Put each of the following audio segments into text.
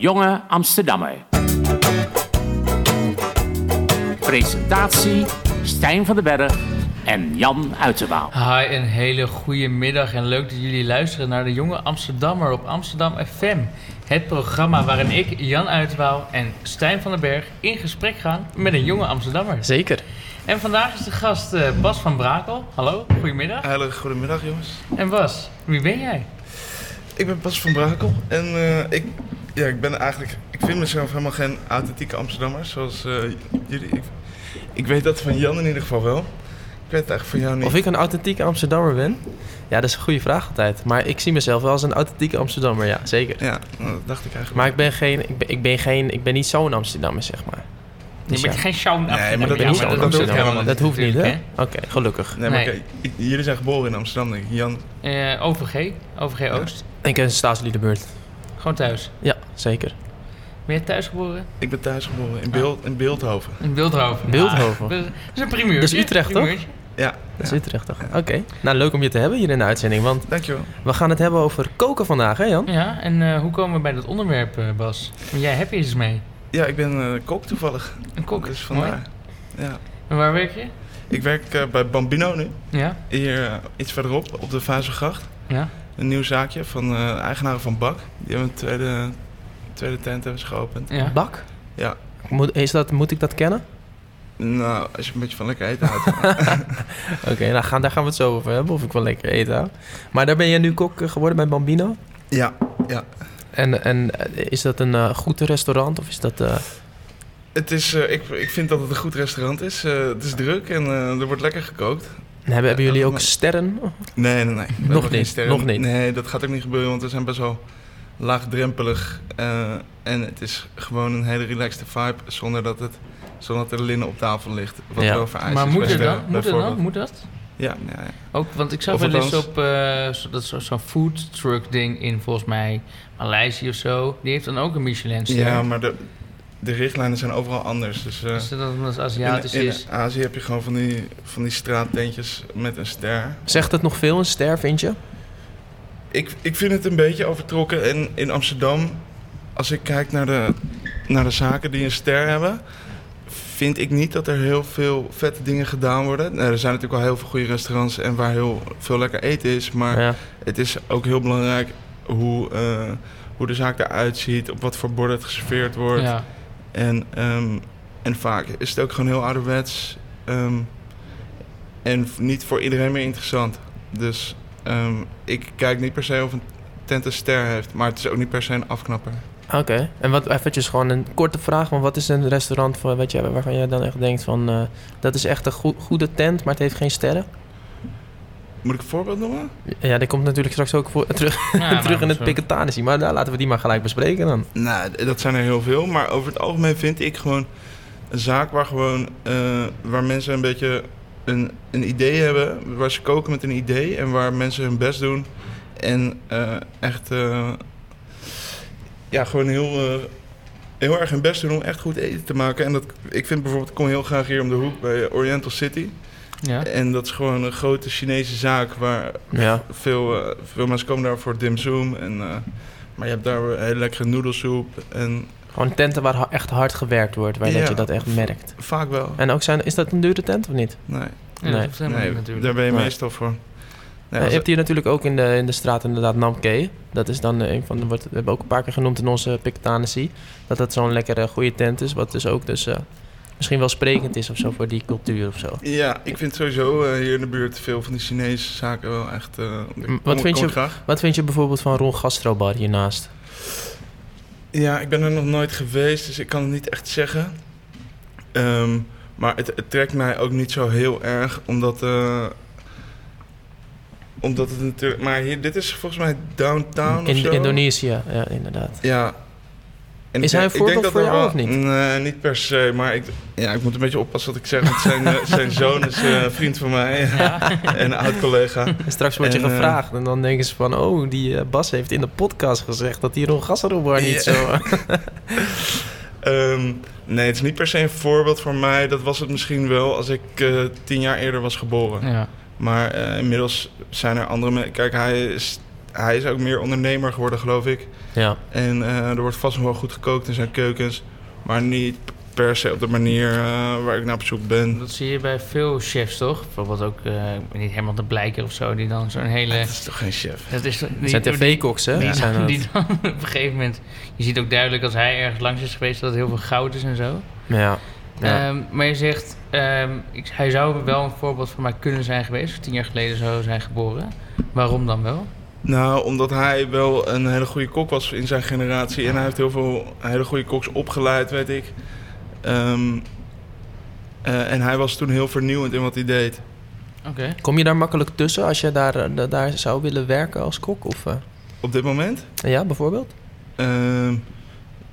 jonge Amsterdammer. Presentatie Stijn van den Berg en Jan Uiterwaal. Hi, een hele goede middag en leuk dat jullie luisteren naar de Jonge Amsterdammer op Amsterdam FM. Het programma waarin ik, Jan Uitwaal en Stijn van den Berg in gesprek gaan met een jonge Amsterdammer. Zeker. En vandaag is de gast eh, Bas van Brakel. Hallo, goedemiddag. Heilige goedemiddag jongens. En Bas, wie ben jij? Ik ben Bas van Brakel en eh, ik, ja, ik ben eigenlijk, ik vind mezelf helemaal geen authentieke Amsterdammer zoals eh, jullie. Ik, ik weet dat van Jan in ieder geval wel. Ik weet het eigenlijk van jou niet. Of ik een authentieke Amsterdammer ben? Ja, dat is een goede vraag altijd. Maar ik zie mezelf wel als een authentieke Amsterdammer, ja, zeker. Ja, nou, dat dacht ik eigenlijk. Maar ik ben geen, ik ben, ik ben geen, ik ben niet zo'n Amsterdammer, zeg maar. Je Dus bent ja, geen show Nee, maar ik ben dat niet hoeft- zo'n dat hoeft helemaal Amsterdammer. niet Dat hoeft niet, hè? natuurlijk, Oké, gelukkig. Nee, maar Nee. kijk, ik- jullie zijn geboren in Amsterdam, denk ik. Jan, Eh, OVG, OVG Oost. Ik ken staatsliedenbeurt. Gewoon thuis. Ja, zeker. Ben je thuis geboren? ik ben thuis geboren in, Beeld, in Beeldhoven. In Wildhoven. Wildhoven. Ah, dat is een primeur. Dat is Utrecht, toch? Ja, Dat is ja. Utrecht toch? Oké. Nou, leuk om je te hebben hier in de uitzending. Want dankjewel. we gaan het hebben over koken vandaag, hè Jan? Ja, en eh, hoe komen we bij dat onderwerp, eh, Bas? Want jij hebt iets mee. Ja, ik ben eh, kok toevallig. Een kok. Dus Mooi. vandaar. Ja. En waar werk je? Ik werk eh, bij Bambino nu. Ja, Hier eh, iets verderop, op de Vazergracht. ja. Een nieuw zaakje van eh eigenaren van Bak. Die hebben een tweede, tweede tent hebben ze geopend. ja. Bak? Ja. Moet, is dat, moet ik dat kennen? Nou, als je een beetje van lekker eten houdt. Oké, nou gaan, daar gaan we het zo over hebben. Of ik wel lekker eten hou. Maar daar ben jij nu kok eh, geworden bij Bambino. ja. En, en eh, is dat een eh, goed restaurant of is dat... eh, Het is, eh, ik, ik vind dat het een goed restaurant is. Eh, het is druk en eh, er wordt lekker gekookt. hebben, hebben jullie ook maar- sterren? Nee, nee, nee. We hebben geen niet, sterren. nog niet. Nee, dat gaat ook niet gebeuren, want we zijn best wel laagdrempelig. eh, en het is gewoon een hele relaxte vibe zonder dat, het, zonder dat er linnen op tafel ligt. Wat Ja. wel vereist Maar is dus moet bij het dan? sterren, Moet het dan? bijvoorbeeld. Moet dat? Ja, ja, ja. Ook, want ik zag Of wel eens althans- op eh, zo- dat zo- zo'n food truck ding in volgens mij Maleisië of zo. Die heeft dan ook een Michelin ster. ja, maar de, de richtlijnen zijn overal anders. Dus, eh, Is dat omdat het Aziatisch In, in is? Azië heb je gewoon van die, van die straattentjes met een ster. Zegt het nog veel, een ster, vind je? Ik, ik vind het een beetje overtrokken. En in Amsterdam, als ik kijk naar de, naar de zaken die een ster hebben... vind ik niet dat er heel veel vette dingen gedaan worden. Nou, er zijn natuurlijk wel heel veel goede restaurants... en waar heel veel lekker eten is. Maar Ja. het is ook heel belangrijk hoe, eh, hoe de zaak eruit ziet... op wat voor borden het geserveerd wordt. Ja. En, ehm, en vaak is het ook gewoon heel ouderwets. ehm, en v- niet voor iedereen meer interessant. Dus ehm, ik kijk niet per se of een tent een ster heeft. Maar het is ook niet per se een afknapper. Oké. En wat, eventjes gewoon een korte vraag. Want wat is een restaurant voor, weet je, waarvan jij dan echt denkt van... eh, dat is echt een goe- goede tent, maar het heeft geen sterren? Moet ik een voorbeeld noemen? Ja, dat komt natuurlijk straks ook voor, terug, Ja, terug in nou, het zo. Piketanissie. Maar nou, laten we die maar gelijk bespreken dan. Nou, d- dat zijn er heel veel. Maar over het algemeen vind ik gewoon een zaak waar, gewoon, eh, waar mensen een beetje een, een idee hebben. Waar ze koken met een idee. En waar mensen hun best doen. En eh, echt eh, ja, gewoon heel, eh, heel erg hun best doen om echt goed eten te maken. En dat, ik vind bijvoorbeeld, ik kom heel graag hier om de hoek bij Oriental City. Ja. En dat is gewoon een grote Chinese zaak waar Ja. veel, eh, veel mensen komen daar voor dim sum. En, eh, maar je hebt daar weer hele lekkere noedelsoep. En Gewoon tenten waar ha- echt hard gewerkt wordt, waar dat Ja. je dat echt merkt. vaak wel. En ook zijn, is dat een dure tent of niet? Nee, Nee, dat Nee. hoeft helemaal nee, niet natuurlijk. daar ben je Nee. meestal voor. Nee, Eh, als- je hebt hier natuurlijk ook in de, in de straat inderdaad Namke. Dat is dan eh, een van de, wordt, we hebben ook een paar keer genoemd in onze Piketanissie. Dat dat zo'n lekkere goede tent is. Wat dus ook dus, eh, misschien wel sprekend is of zo voor die cultuur of zo. ja, ik vind sowieso eh, hier in de buurt veel van die Chinese zaken wel echt... eh, ik wat kom- vind kom je- graag. Wat vind je bijvoorbeeld van Ron Gastrobar hiernaast? Ja, ik ben er nog nooit geweest, dus ik kan het niet echt zeggen. Ehm, maar het, het trekt mij ook niet zo heel erg, omdat... eh, omdat het natuurlijk... Maar hier, dit is volgens mij downtown of zo. In Indonesië, ja inderdaad. Ja. En Is ik hij denk- een ik denk voorbeeld dat voor er jou wel- of niet? Nee, niet per se. Maar ik, ja, ik moet een beetje oppassen wat ik zeg. Want zijn, eh, zijn zoon is eh, een vriend van mij en een oud-collega. En straks word je En, eh, gevraagd en dan denken ze van... oh, die eh, Bas heeft in de podcast gezegd dat die Ron Gastrobar niet Ja. zo... Ehm, nee, het is niet per se een voorbeeld voor mij. Dat was het misschien wel als ik eh, tien jaar eerder was geboren. Ja. Maar eh, inmiddels zijn er andere mensen. Kijk, hij is hij is ook meer ondernemer geworden, geloof ik. Ja. En eh, er wordt vast nog wel goed gekookt in zijn keukens. Maar niet per se op de manier eh, waar ik naar op zoek ben. Dat zie je bij veel chefs, toch? Bijvoorbeeld ook, eh, ik weet niet, Herman de Blijker of zo, die dan zo'n hele... Dat is toch geen chef? Dat is, die, Het zijn die- tv-koks, hè? die, Zijn dat. die dan op een gegeven moment... Je ziet ook duidelijk als hij ergens langs is geweest dat het heel veel goud is en zo. Ja. Ja. Ehm, maar je zegt, ehm, ik, hij zou wel een voorbeeld voor mij kunnen zijn geweest. Tien jaar geleden zou zijn geboren. Waarom dan wel? Nou, omdat hij wel een hele goede kok was in zijn generatie. En hij heeft heel veel hele goede koks opgeleid, weet ik. Ehm, eh, en hij was toen heel vernieuwend in wat hij deed. Oké. Kom je daar makkelijk tussen als je daar, eh, da- daar zou willen werken als kok? Of, eh, Op dit moment? ja, bijvoorbeeld? ehm,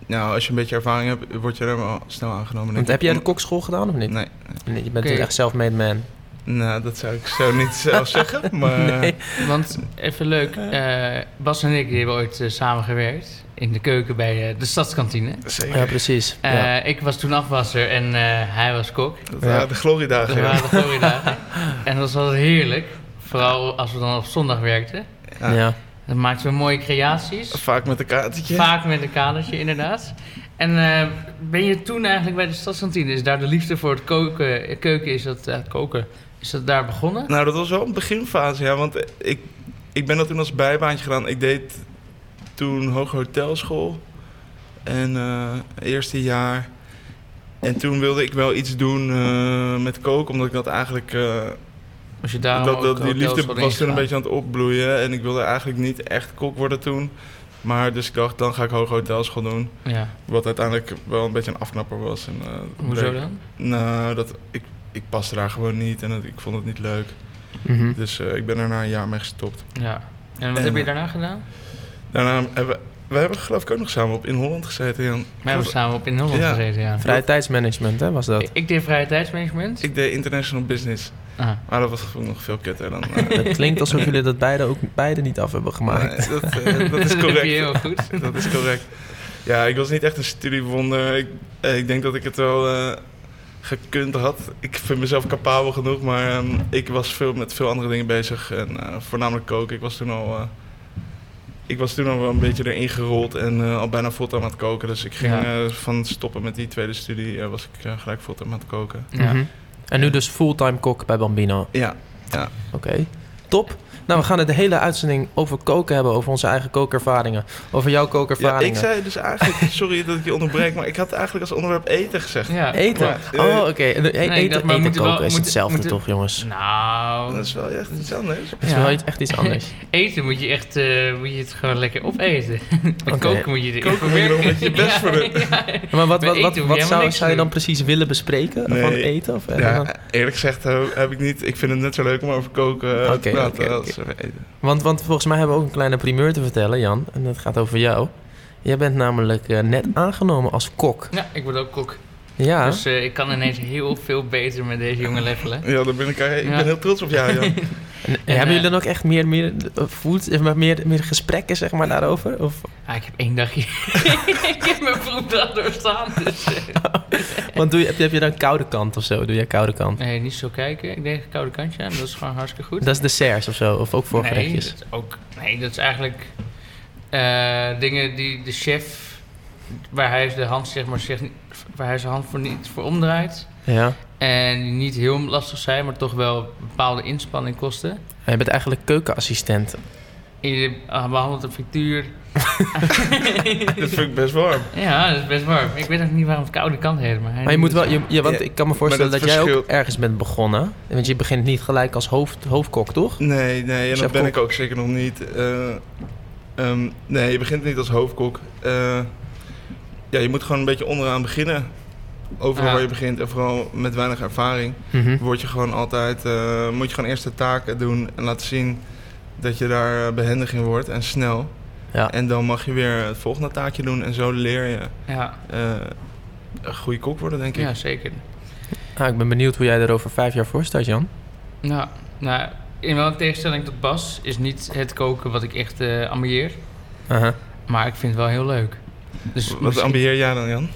nou, als je een beetje ervaring hebt, word je er wel snel aangenomen. denk Want heb ik. jij de kokschool gedaan of niet? Nee, Nee, je bent Oké. echt self-made man. nou, dat zou ik zo niet zelf zeggen. Maar Nee. Want even leuk, eh, Bas en ik die hebben ooit eh, samengewerkt in de keuken bij eh, de stadskantine. zeker. Ja, precies. Eh, ja. Ik was toen afwasser en eh, hij was kok. Dat Ja. waren de gloriedagen. Dat Ja. waren de goede dagen. En dat was altijd heerlijk. Vooral als we dan op zondag werkten. ja. Ja. Dan maakten we mooie creaties. Vaak met een kaartje. Vaak met een kadertje, inderdaad. En eh, ben je toen eigenlijk bij de stadskantine? Is daar de liefde voor het koken, eh, keuken is dat, eh, koken, is dat daar begonnen? Nou, dat was wel een beginfase, ja. Want ik, ik ben dat toen als bijbaantje gedaan. Ik deed toen hoger hotelschool. En eh, eerste jaar. En toen wilde ik wel iets doen eh, met koken. Omdat ik dat eigenlijk... eh, Als je daarom dat, dat, ook die liefde hotelschool was toen een ingegaan? beetje aan het opbloeien. En ik wilde eigenlijk niet echt kok worden toen. Maar dus ik dacht, dan ga ik hoger hotelschool doen. Ja, Wat uiteindelijk wel een beetje een afknapper was. En, eh, hoezo bleek- dan? Nou, dat, ik, ik paste daar gewoon niet. En dat, ik vond het niet leuk. Mhm. Dus eh, ik ben er na een jaar mee gestopt. Ja. En wat En- heb je daarna gedaan? Daarna hebben we, we hebben geloof ik ook nog samen op in Holland gezeten. Jan. Wij hebben samen op in Holland Ja. gezeten, ja. Vrije tijdsmanagement, hè, was dat? Ik- Ik deed vrije tijdsmanagement. Ik deed international business, Ah. maar dat was gewoon nog veel kutter dan. eh, Het klinkt alsof jullie dat beide ook beide niet af hebben gemaakt. nee, dat, eh, dat is heb je heel correct. goed. Dat is correct. Ja, ik was niet echt een studiewonder. Ik, eh, ik denk dat ik het wel eh, gekund had. Ik vind mezelf capabel genoeg, maar ehm, ik was veel, met veel andere dingen bezig. En eh, voornamelijk koken. Ik was toen al. eh, ik was toen al wel een beetje erin gerold en eh, al bijna fulltime aan het koken. Dus ik ging Ja. eh, van stoppen met die tweede studie, eh, was ik eh, gelijk fulltime aan het koken. Ja. Mhm. En nu dus fulltime kok bij Bambino. Ja, Oké, top. Nou, we gaan het de hele uitzending over koken hebben, over onze eigen kookervaringen, over jouw ja kookervaringen. ik zei dus eigenlijk, sorry dat ik je onderbreek, maar ik had eigenlijk als onderwerp eten gezegd. Ja. Eten. Maar, eh, oh, oké. En, nee, eh, dat- eten maar we eten moeten wel- koken is moeten- hetzelfde, moeten- toch, jongens? Nou, Dat is wel echt iets anders. Het is Ja. wel iets- echt iets anders. eten moet je echt, eh, moet je het gewoon lekker opeten. Met Oké. koken moet je het Koken moet je er een beetje best voor doen. Maar wat, wat, eten hoef je wat, wat helemaal zou, niks zou je te dan precies willen bespreken Nee. van eten? Of, eh, dan- Ja, eerlijk gezegd eh, heb ik niet, ik vind het net zo leuk om over koken eh, Oké, te praten oké, als over eten. want, want volgens mij hebben we ook een kleine primeur te vertellen, Jan. En dat gaat over jou. Jij bent namelijk eh, net aangenomen als kok. Ja, ik word ook kok. Ja, Dus eh, ik kan ineens heel veel beter met deze jongen levelen. Ja, daar ben ik, ik Ja. ben heel trots op jou, Jan. en, hebben eh, jullie dan ook echt meer, meer, eh, food, eh, maar meer, meer gesprekken zeg maar, daarover? Of, Ah, ik heb één dagje. ik heb mijn proefdag doorstaan. Dus, eh. want doe je, heb, je- heb je dan koude kant of zo? Doe jij koude kant? Nee, niet zo kijken. Ik denk koude kantje aan. Dat is gewoon hartstikke goed. Dat is desserts of zo? Of ook nee, dat voorgerechtjes? is ook, nee, dat is eigenlijk eh, dingen die de chef, waar hij de hand, zeg maar, zegt, waar hij zijn hand voor niet voor omdraait. Ja. En die niet heel lastig zijn, maar toch wel bepaalde inspanning kosten. En je bent eigenlijk keukenassistent. En je ah, behandelt de frituur. Dat vind ik best warm. ja, dat is best warm. Ik weet ook niet waarom het koude kant heet. Maar, hij Maar je moet doet wel, het je, zo. ja, want Ja, ik kan me voorstellen dat, dat jij ook verschilt. ergens bent begonnen. Want je begint niet gelijk als hoofd, hoofdkok, toch? Nee, nee, en Chef dat ben kok. ik ook zeker nog niet. Eh, ehm, nee, je begint niet als hoofdkok. Eh, ja, je moet gewoon een beetje onderaan beginnen. Overal Ja. waar je begint en vooral met weinig ervaring. Mhm. word je gewoon altijd, eh, moet je gewoon eerst de taken doen en laten zien dat je daar eh, behendig in wordt en snel. Ja. En dan mag je weer het volgende taakje doen en zo leer je Ja, eh, een goede kok worden, denk ik. ja, zeker. Nou, ik ben benieuwd hoe jij er over vijf jaar voor staat, Jan. Nou, nou, in welke tegenstelling tot Bas is niet het koken wat ik echt eh ambieer. Aha. Maar ik vind het wel heel leuk. Dus Wat misschien- ambieer jij dan, Jan?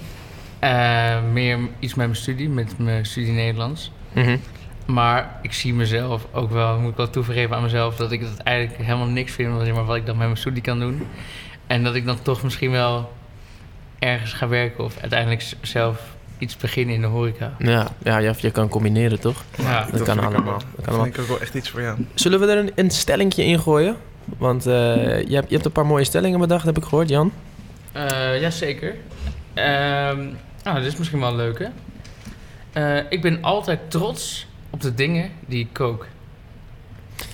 Eh, meer iets met mijn studie, met mijn studie Nederlands. Mhm. Maar ik zie mezelf ook wel, moet ik wel toevergeven aan mezelf, dat ik dat eigenlijk helemaal niks vind, want zeg maar wat ik dan met mijn studie kan doen. En dat ik dan toch misschien wel ergens ga werken of uiteindelijk z- zelf iets beginnen in de horeca. Ja, ja, je, je kan combineren toch? Ja, Dat kan allemaal. Dat kan Dat allemaal. vind ik ook wel echt iets voor jou. Zullen we er een, een stellingje in gooien? Want eh, je, hebt, je hebt een paar mooie stellingen bedacht, heb ik gehoord, Jan. Eh, jazeker. Ehm ah, dit is misschien wel een leuke. Eh, ik ben altijd trots op de dingen die ik kook.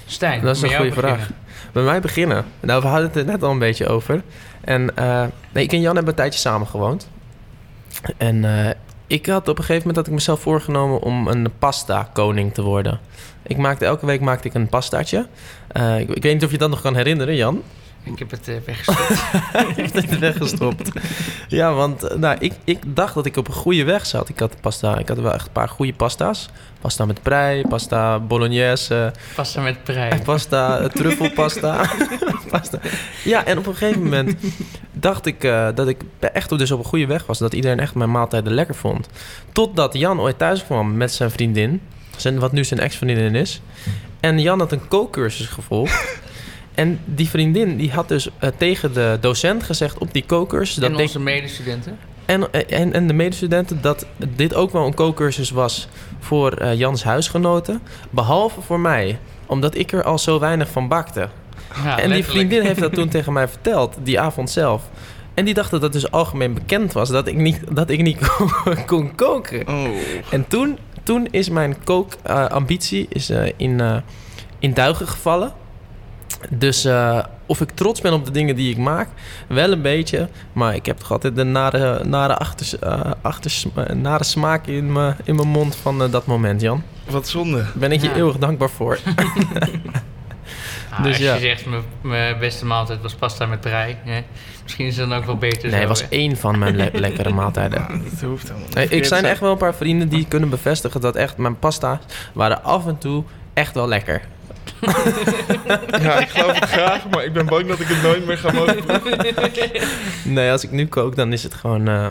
Stijn, Dat is met een jou goede vraag. beginnen. Bij mij beginnen. Nou, we hadden het er net al een beetje over. En eh, nee, ik en Jan hebben een tijdje samen gewoond. En eh, ik had op een gegeven moment had ik mezelf voorgenomen om een pasta koning te worden. Ik maakte, elke week maakte ik een pastaatje. Eh, ik, ik weet niet of je dat nog kan herinneren, Jan. Ik heb het eh, weggestopt. Je hebt het weggestopt. Ja, want eh, nou, ik, ik dacht dat ik op een goede weg zat. Ik had, pasta, ik had wel echt een paar goede pasta's. Pasta met prei, pasta bolognese, Pasta met prei. Echt Pasta, eh, truffelpasta. pasta. Ja, en op een gegeven moment dacht ik eh, dat ik be- echt op- dus op een goede weg was. Dat iedereen echt mijn maaltijden lekker vond. Totdat Jan ooit thuis kwam met zijn vriendin. Zijn, wat nu zijn ex-vriendin is. En Jan had een kookcursus gevolgd. En die vriendin die had dus eh, tegen de docent gezegd op die kookcursus... dat en ik- onze medestudenten. en, en, en de medestudenten dat dit ook wel een kookcursus was voor eh, Jans huisgenoten. Behalve voor mij, omdat ik er al zo weinig van bakte. Ja, en die letterlijk. vriendin heeft dat toen tegen mij verteld, die avond zelf. En die dacht dat het dus algemeen bekend was dat ik niet, dat ik niet kon, kon koken. Oh. En toen, toen is mijn kookambitie is eh, in, eh, in duigen gevallen. Dus eh, of ik trots ben op de dingen die ik maak, wel een beetje. Maar ik heb toch altijd de nare, nare, achters, eh, achters, eh, nare smaak in mijn in mijn mond van eh, dat moment, Jan. Wat zonde. Daar ben ik je Ja. eeuwig dankbaar voor. Ah, Dus als ja. je zegt, mijn- mijn beste maaltijd was pasta met prei. Hè? Misschien is het dan ook wel beter nee, zo, het was hè? één van mijn le- lekkere maaltijden. Ja, dat hoeft helemaal niet. Nee, ik Verkeerd zijn zijn. echt wel een paar vrienden die kunnen bevestigen dat echt mijn pasta's waren af en toe echt wel lekker. Ja, ik geloof het graag, maar ik ben bang dat ik het nooit meer ga mogen proeven. Nee, als ik nu kook, dan is het gewoon eh,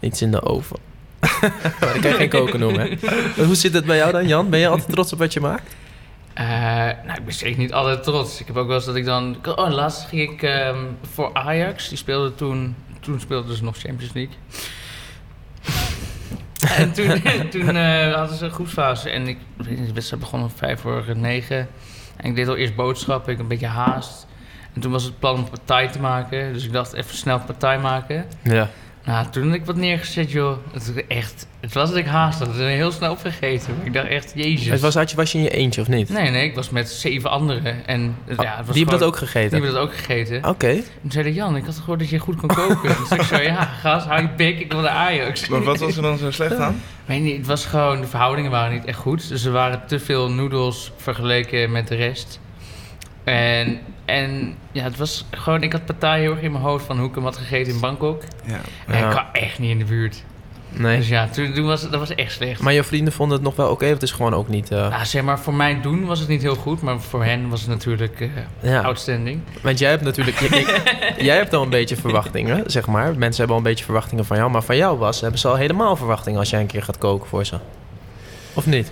iets in de oven. maar dat kan je geen koken noemen, hè? Hoe zit het bij jou dan, Jan? Ben je altijd trots op wat je maakt? Eh, nou, ik ben zeker niet altijd trots. Ik heb ook wel eens dat ik dan... Oh, laatst ging ik ehm, voor Ajax. Die speelde toen... Toen speelden ze nog Champions League. en toen, toen eh, hadden ze een groepsfase. En ik weet niet, de wedstrijd begon om vijf voor negen. En ik deed al eerst boodschappen. Ik had een beetje haast. En toen was het plan om partij te maken. Dus ik dacht, even snel partij maken. Ja. Nou, toen had ik wat neergezet, joh. Het, was echt, het was dat ik haast had. Het is heel snel opgegeten. Maar ik dacht echt, jezus. Het was, had je, was je in je eentje of niet? Nee, nee, ik was met zeven anderen. En eh, ja, het was Oh, die hebben dat gewoon- ook Die gegeten? Oh. hebben dat ook gegeten. Oké. Toen zeiden Jan, ik had gehoord dat je goed kon koken. dus ik zei, ja, gast, hou je bek, ik wil de Ajax. Maar wat was er dan zo slecht aan? Weet niet, het was gewoon, de verhoudingen waren niet echt goed. Dus er waren te veel noedels vergeleken met de rest. En, en ja, het was gewoon, ik had partij heel erg in mijn hoofd van hoe ik hem had gegeten in Bangkok. Ja. En Ja. ik kwam echt niet in de buurt. Nee. Dus ja, toen, toen was het, dat was echt slecht. Maar je vrienden vonden het nog wel oké, of het is gewoon ook niet... eh, Nou, zeg maar, voor mijn doen was het niet heel goed, maar voor hen was het natuurlijk eh, ja. outstanding. Want jij hebt natuurlijk... jij- jij- jij hebt al een beetje verwachtingen, zeg maar. Mensen hebben al een beetje verwachtingen van jou. Maar van jou was, hebben ze al helemaal verwachtingen als jij een keer gaat koken voor ze. Of niet?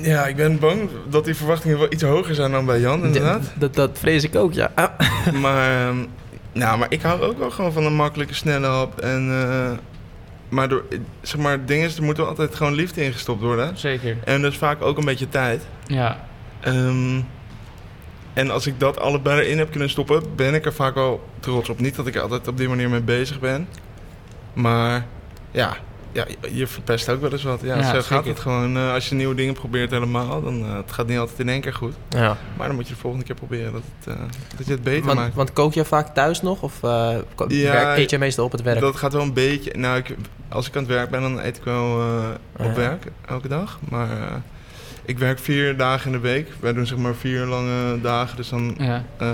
ja, ik ben bang dat die verwachtingen wel iets hoger zijn dan bij Jan, inderdaad. Dat, dat, dat vrees ik ook, ja. Ah, Maar, ehm, nou, maar ik hou ook wel gewoon van een makkelijke, snelle hap. En, eh, maar, door, zeg maar het ding is, er moet wel altijd gewoon liefde in gestopt worden. hè? Zeker. En dus vaak ook een beetje tijd. Ja, Ehm, en als ik dat allebei erin heb kunnen stoppen, ben ik er vaak wel trots op. Niet dat ik er altijd op die manier mee bezig ben. Maar ja, ja je- je verpest ook wel eens wat. Ja, Ja, zo gaat zeker. het gewoon. eh, als je nieuwe dingen probeert helemaal, dan eh, het gaat niet altijd in één keer goed. Ja. Maar dan moet je de volgende keer proberen dat, het, eh, dat je het beter maakt. Want, want kook jij vaak thuis nog? Of eh, ko- Ja, werk, eet jij meestal op het werk? Dat gaat wel een beetje. Nou, ik, als ik aan het werk ben, dan eet ik wel eh, Ja. op werk elke dag. Maar eh, ik werk vier dagen in de week. Wij doen zeg maar vier lange dagen. Dus dan, ja. eh,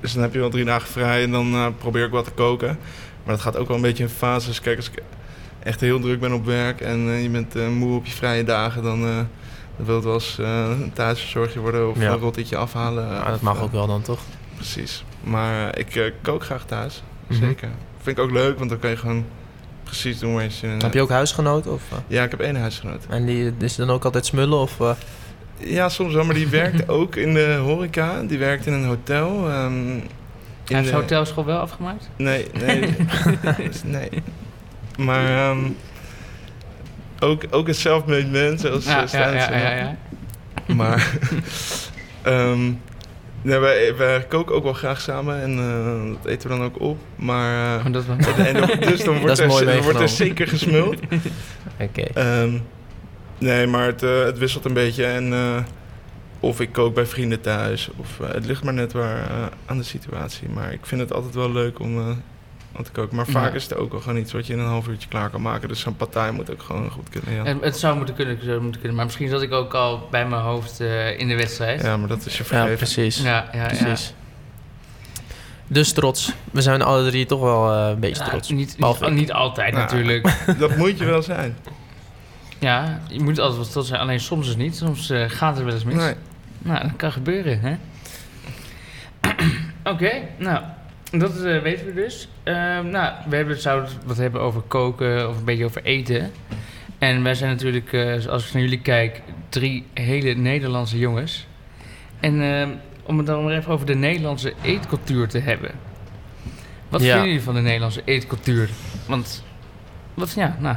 dus dan heb je wel drie dagen vrij en dan eh, probeer ik wat te koken. Maar dat gaat ook wel een beetje in fases. Kijk, als ik echt heel druk ben op werk en eh, je bent eh, moe op je vrije dagen, dan. eh, dan wil het wel eens eh, een thuisverzorgje worden of Ja. een rottetje afhalen. Ah, dat Of, mag eh, ook wel dan, toch? Precies. Maar eh, ik eh, kook graag thuis. Mhm. Zeker. Vind ik ook leuk, want dan kan je gewoon precies doen waar je zin in Heb je ook huisgenoten? Of, eh, Ja, ik heb één huisgenoot. en die is dan ook altijd smullen? Of, eh, Ja, soms wel, maar die werkt ook in de horeca. Die werkt in een hotel. ehm, in Hij heeft de- hotelschool wel afgemaakt? Nee, nee. Dus nee. Maar ehm, ook, ook een self-made man, zoals eh, ja, Stijn ja, zei. ja, ja. Maar ehm, nee, wij, wij koken ook wel graag samen en eh, dat eten we dan ook op. Maar eh, Oh, dat wel. en dan- dus dan Dat wordt, is er, mooi dan wordt er meegenomen. zeker gesmuld. Oké. Ehm, nee, maar het, eh, het wisselt een beetje. En, eh, of ik kook bij vrienden thuis. Of, eh, het ligt maar net waar eh, aan de situatie. Maar ik vind het altijd wel leuk om eh, aan te koken. Maar vaak Ja. is het ook wel gewoon iets wat je in een half uurtje klaar kan maken. Dus zo'n partij moet ook gewoon goed kunnen. Ja, En het zou moeten kunnen, zou moeten kunnen, maar misschien zat ik ook al bij mijn hoofd eh, in de wedstrijd. ja maar dat is je Ja, vergeven. precies. ja, ja. ja. precies. Dus trots. We zijn alle drie toch wel eh, een beetje Nou, trots. niet, Behalve niet, ik. niet altijd Nou. natuurlijk. dat moet je wel zijn. Ja, je moet altijd wel trots zijn. Alleen soms is niet. Soms eh, gaat het wel eens mis. Nee. Nou, dat kan gebeuren, hè? Oké, nou, dat eh, weten we dus. Ehm, nou, we hebben, zouden het wat hebben over koken of een beetje over eten. En wij zijn natuurlijk, eh, als ik naar jullie kijk, drie hele Nederlandse jongens. En ehm, om het dan maar even over de Nederlandse eetcultuur te hebben. Wat Ja. vinden jullie van de Nederlandse eetcultuur? Want, wat, ja, nou,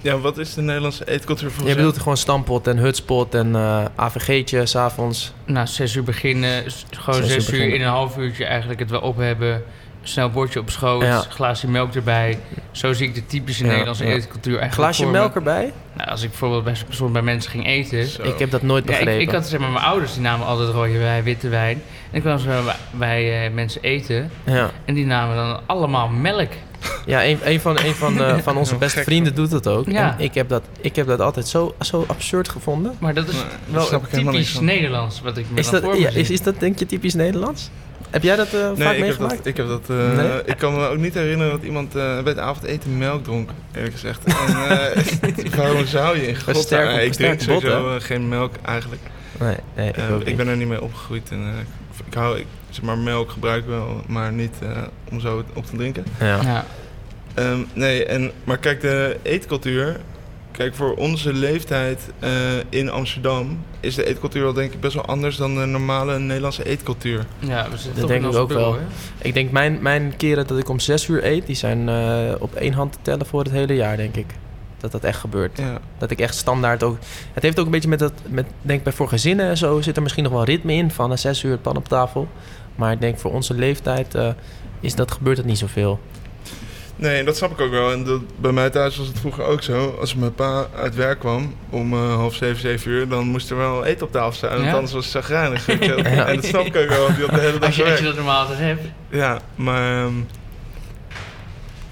Ja, wat is de Nederlandse eetcultuur volgens Je jou? bedoelt gewoon stampot en hutspot en eh AVG'tje s'avonds. na Nou, zes uur beginnen, s- gewoon Zes zes, uur uur, beginnen. in een half uurtje eigenlijk het wel op hebben. Snel bordje op schoot, Ja. glaasje melk erbij. Zo zie ik de typische Ja, Nederlandse ja. eetcultuur eigenlijk Glaasje voor me. melk erbij? Nou, als ik bijvoorbeeld bij, soms bij mensen ging eten. Zo. Ik heb dat nooit Ja, begrepen. ik, ik had zeg maar mijn ouders, die namen altijd rode wijn, witte wijn. En ik kwam ze bij, bij, eh, mensen eten Ja, en die namen dan allemaal melk. ja een, een van, een van, eh, van onze Heel beste gek. vrienden doet dat ook. Ja. En ik heb dat, ik heb dat altijd zo, zo absurd gevonden. Maar dat is dus Nee, dat snap wel ik helemaal niks typisch van. Nederlands, wat ik me Is dan voor dat, me ja, zie. is, is dat denk je typisch Nederlands? Heb jij dat eh, vaak Nee, ik heb, meegemaakt? dat, ik heb dat. eh, Nee? Ik kan me ook niet herinneren dat iemand eh, bij het avondeten melk dronk, eerlijk gezegd. En, eh, waarom zou je in Een godsnaam- sterk- Nee, Ik drink sterk bot, sowieso eh, geen melk eigenlijk. Nee, nee, ik Eh, ook ik niet. ben er niet mee opgegroeid en eh, ik- ik hou, ik, zeg maar, melk gebruik wel, maar niet eh, om zo op te drinken. Ja. Ja. Ehm, nee, en, maar kijk, de eetcultuur. Kijk, voor onze leeftijd eh, in Amsterdam is de eetcultuur wel denk ik best wel anders dan de normale Nederlandse eetcultuur. ja, we zitten Dat toch in denk ik onze ook bubbel, wel. hè? Ik denk mijn, mijn keren dat ik om zes uur eet, die zijn eh, op één hand te tellen voor het hele jaar, denk ik. Dat dat echt gebeurt. Ja. Dat ik echt standaard ook... Het heeft ook een beetje met dat... Met, denk ik bij voor gezinnen en zo zit er misschien nog wel ritme in van eh, zes uur pan op tafel. Maar ik denk voor onze leeftijd eh, is dat, gebeurt dat niet zoveel. Nee, dat snap ik ook wel. En dat, bij mij thuis was het vroeger ook zo. Als mijn pa uit werk kwam om eh, half zeven, zeven uur, dan moest er wel eten op tafel staan. Want Ja? anders was het zagrijnig. weet je wel. Ja. En dat snap ik ook wel, want die had de hele dag Als je, als werk. je dat normaal altijd hebt. Ja, maar... ehm,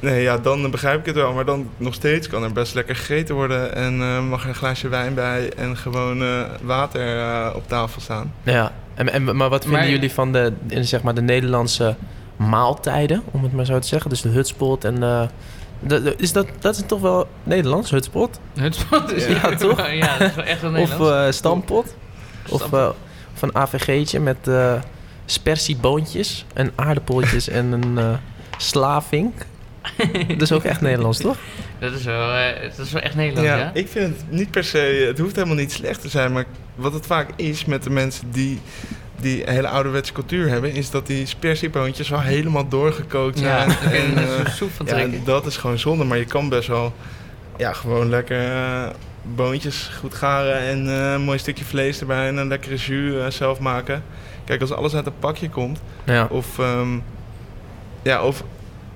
nee, ja, dan begrijp ik het wel. Maar dan nog steeds kan er best lekker gegeten worden. En eh, mag er een glaasje wijn bij en gewoon eh, water eh, op tafel staan. Ja. En, en, maar wat vinden Maar- jullie van de, in, zeg maar, de Nederlandse maaltijden, om het maar zo te zeggen? Dus de hutspot en... eh, de- de- is dat, dat is toch wel Nederlands, hutspot? Hutspot is Ja, toch? Ja, dat is wel echt wel Of Nederlands. eh stampot. Of, Stampot. eh, of een AVG'tje met eh spersieboontjes en aardappeltjes en een eh slavink. Dat is ook echt Nederlands, toch? dat, is wel, eh, dat is wel echt Nederlands, ja. Ja, ik vind het niet per se, het hoeft helemaal niet slecht te zijn, maar wat het vaak is met de mensen die die een hele ouderwetse cultuur hebben, is dat die spersieboontjes wel helemaal doorgekookt Ja, zijn. daar kun je en, een eh, soort soep van ja, trekken. en dat is gewoon zonde, maar je kan best wel ja, gewoon lekker eh, boontjes goed garen en eh, een mooi stukje vlees erbij en een lekkere jus eh, zelf maken. Kijk, als alles uit een pakje komt, Ja. of, ehm, ja, of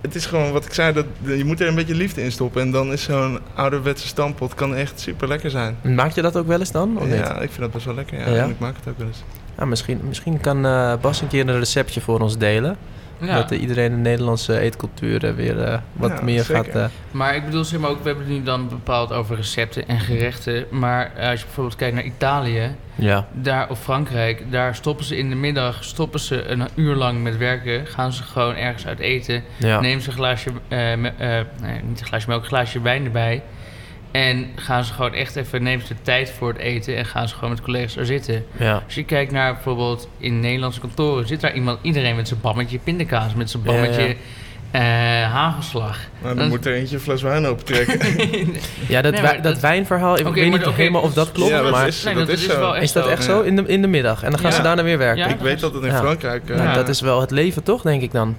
het is gewoon wat ik zei, dat, je moet er een beetje liefde in stoppen. En dan is zo'n ouderwetse stampot kan echt super lekker zijn. Maak je dat ook wel eens dan? Of niet? Ja, ik vind dat best wel lekker. Ja. Oh, Ja? En ik maak het ook wel eens. Ja, misschien, misschien kan eh, Bas een keer een receptje voor ons delen. Ja. Dat eh, iedereen de Nederlandse eetcultuur eh, weer eh, wat Ja, meer zeker. gaat... eh, Maar ik bedoel, zeg maar ook, we hebben het nu dan bepaald over recepten en gerechten. Maar eh, als je bijvoorbeeld kijkt naar Italië ja. daar, of Frankrijk, daar stoppen ze in de middag stoppen ze een uur lang met werken. Gaan ze gewoon ergens uit eten. Ja. Nemen ze een glaasje, eh, me- eh, nee, niet een glaasje melk, een glaasje wijn erbij. En gaan ze gewoon echt even, nemen ze de tijd voor het eten en gaan ze gewoon met collega's er zitten. ja. Als je kijkt naar bijvoorbeeld in Nederlandse kantoren, zit daar iemand, iedereen met zijn bammetje pindakaas, met zijn Ja, ja. bammetje eh, hagelslag. Nou, dan Dat- moet er eentje een fles wijn opentrekken. Ja, dat, Nee, wij- maar dat dat- wijnverhaal, ik Oké, weet maar niet oké, helemaal of dat dat- klopt, ja, dat maar is, Nee, dat is zo. wel is dat zo. echt Ja. zo? In de, in de middag. En dan gaan Ja. ze daarna weer werken. Ja, ik weet dat het in Ja. Frankrijk... eh, Nou, Ja. dat is wel het leven toch, denk ik dan.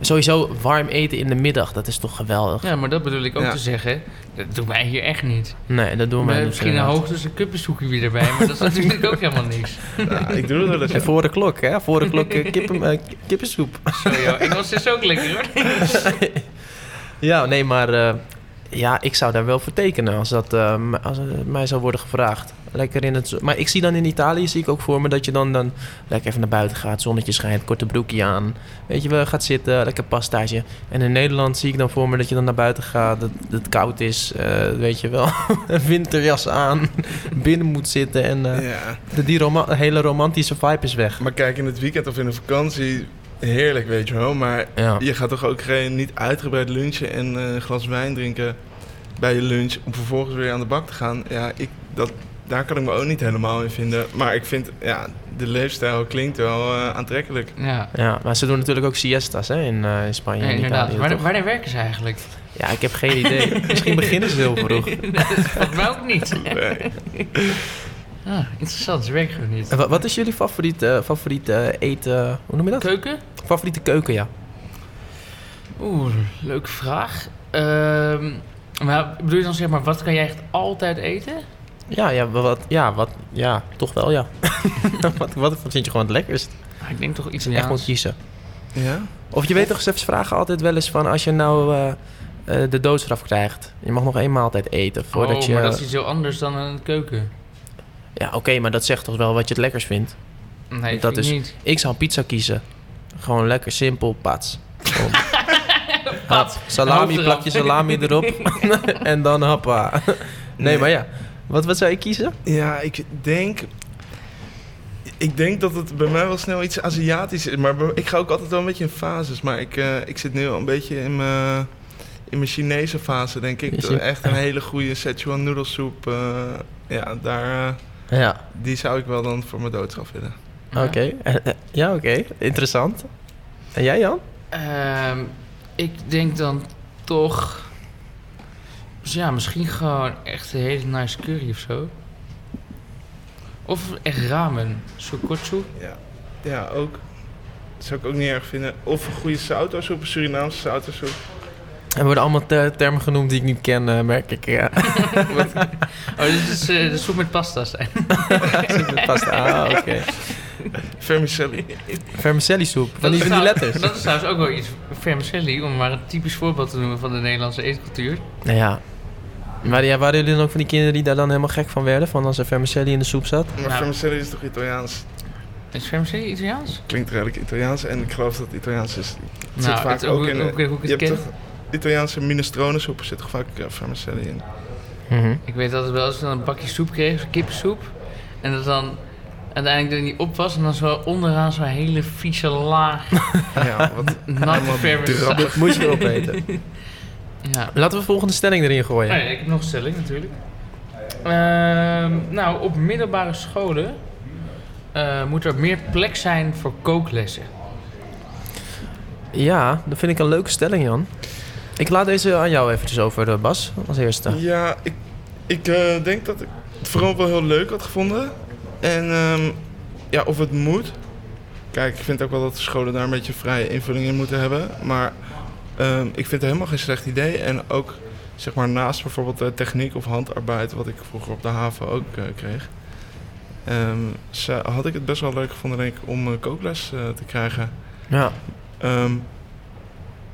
Sowieso warm eten in de middag, dat is toch geweldig? Ja, maar dat bedoel ik ook Ja. te zeggen. Dat doen wij hier echt niet. Nee, dat doen We hebben wij niet. misschien een inderdaad. hoogtes een kuppensoekie weer erbij, maar dat is natuurlijk ook helemaal niks. ja, ik doe het wel eens. En voor de klok, hè? Voor de klok eh, kippen, eh, kippensoep. Zo joh, Engels is ook lekker hoor. Ja, nee, maar eh, ja, ik zou daar wel voor tekenen als dat eh, m- als het mij zou worden gevraagd. Lekker in het. zo- Maar ik zie dan in Italië, zie ik ook voor me dat je dan, dan lekker even naar buiten gaat, zonnetje schijnt, korte broekje aan. Weet je wel, gaat zitten, lekker pastaatje. En in Nederland zie ik dan voor me dat je dan naar buiten gaat, dat dat het koud is, eh, weet je wel. Een winterjas aan, binnen moet zitten en eh, Ja. de, die roma- hele romantische vibe is weg. Maar kijk, in het weekend of in de vakantie, heerlijk weet je wel. Maar Ja. je gaat toch ook geen niet uitgebreid lunchen en eh, een glas wijn drinken bij je lunch... om vervolgens weer aan de bak te gaan. Ja, ik, dat, daar kan ik me ook niet helemaal in vinden. Maar ik vind, ja, de leefstijl klinkt wel eh, aantrekkelijk. Ja, Ja, maar ze doen natuurlijk ook siestas hè, in, eh, in Spanje nee, en inderdaad. Italië. Waar, toch? wanneer werken ze eigenlijk? Ja, ik heb geen idee. Misschien beginnen ze heel vroeg. Volgens mij ook niet. Nee. Ah, interessant, ze werken gewoon niet. En wa- Wat is jullie favoriete, eh, favoriete eh, eten? Hoe noem je dat? Keuken? Favoriete keuken, ja. Oeh, leuke vraag. Ehm, maar bedoel je dan zeg maar, wat kan jij echt altijd eten? Ja, ja, wa- wat, ja, wat, ja toch wel, ja. wat, wat vind je gewoon het lekkerst? Ah, ik denk toch iets Echt moet kiezen. Ja? Of je weet toch, ze vragen altijd wel eens van... als je nou eh, eh, de doodstraf krijgt... je mag nog één maaltijd eten voordat oh, je... maar dat is iets heel anders dan een keuken. Ja, oké, maar dat zegt toch wel wat je het lekkerst vindt? Nee, Dat dat is is- niet. Ik zou pizza kiezen. Gewoon lekker simpel, pats. Gewoon. Hap, Hoofd salami, eraf. plakje salami erop. en dan happa. Nee, Nee. maar ja. Wat, wat zou je kiezen? Ja, ik denk. Ik denk dat het bij mij wel snel iets Aziatisch is. Maar bij- ik ga ook altijd wel een beetje in fases. Maar ik, eh, ik zit nu al een beetje in mijn, in mijn Chinese fase, denk ik. Eh, Is het? Echt een hele goede Szechuan noedelsoep. eh, ja, daar, eh, Ja. die zou ik wel dan voor mijn doodstraf willen. Oké. Eh, Ja, oké. Interessant. En jij, Jan? Ehm, ik denk dan toch. Dus ja, misschien gewoon echt een hele nice curry of zo. Of echt ramen. Sokotsu. Ja, ja ook. Dat zou ik ook niet erg vinden. Of een goede sautosoep, een Surinaamse sautosoep. Er worden allemaal ter- termen genoemd die ik niet ken, eh, merk ik. Ja. Oh, dit is eh, de soep met pasta zijn. Pasta. Ah, oké. Vermicelli. Vermicelli soep. Van die, van die trouwens- letters. Dat is trouwens ook wel iets. Vermicelli, om maar een typisch voorbeeld te noemen van de Nederlandse eetcultuur. Nou ja. Maar ja, waren jullie dan ook van die kinderen die daar dan helemaal gek van werden? Van als er vermicelli in de soep zat? Maar Nou. vermicelli is toch Italiaans? Is vermicelli Italiaans? Klinkt redelijk Italiaans. En ik geloof dat Italiaans is Nou, Het zit vaak het- ook hoe, in, eh, hoe, hoe, ik Je het hebt ken. toch Italiaanse minestronesoep zit toch vaak eh, vermicelli in. Mhm. Ik weet altijd wel, als ik dan een bakje soep kreeg, zo'n kippensoep. En dat dan uiteindelijk er niet op was. En dan zo onderaan zo'n hele vieze laag Ja, wat natte vermicelli. Dat moet je opeten. Oh Ja. Laten we de volgende stelling erin gooien. Nou ja, ik heb nog een stelling natuurlijk. Ehm, nou, op middelbare scholen eh, moet er meer plek zijn voor kooklessen. Ja, dat vind ik een leuke stelling, Jan. Ik laat deze aan jou eventjes over, eh, Bas, als eerste. Ja, ik, ik eh, denk dat ik het vooral wel heel leuk had gevonden. En ehm, ja, of het moet. Kijk, ik vind ook wel dat de scholen daar een beetje vrije invulling in moeten hebben. Maar ehm, ik vind het helemaal geen slecht idee. En ook zeg maar naast bijvoorbeeld eh, techniek of handarbeid, wat ik vroeger op de haven ook eh, kreeg. ehm, zou- had ik het best wel leuk gevonden, denk ik, om eh, kookles eh, te krijgen. Ja. Ehm,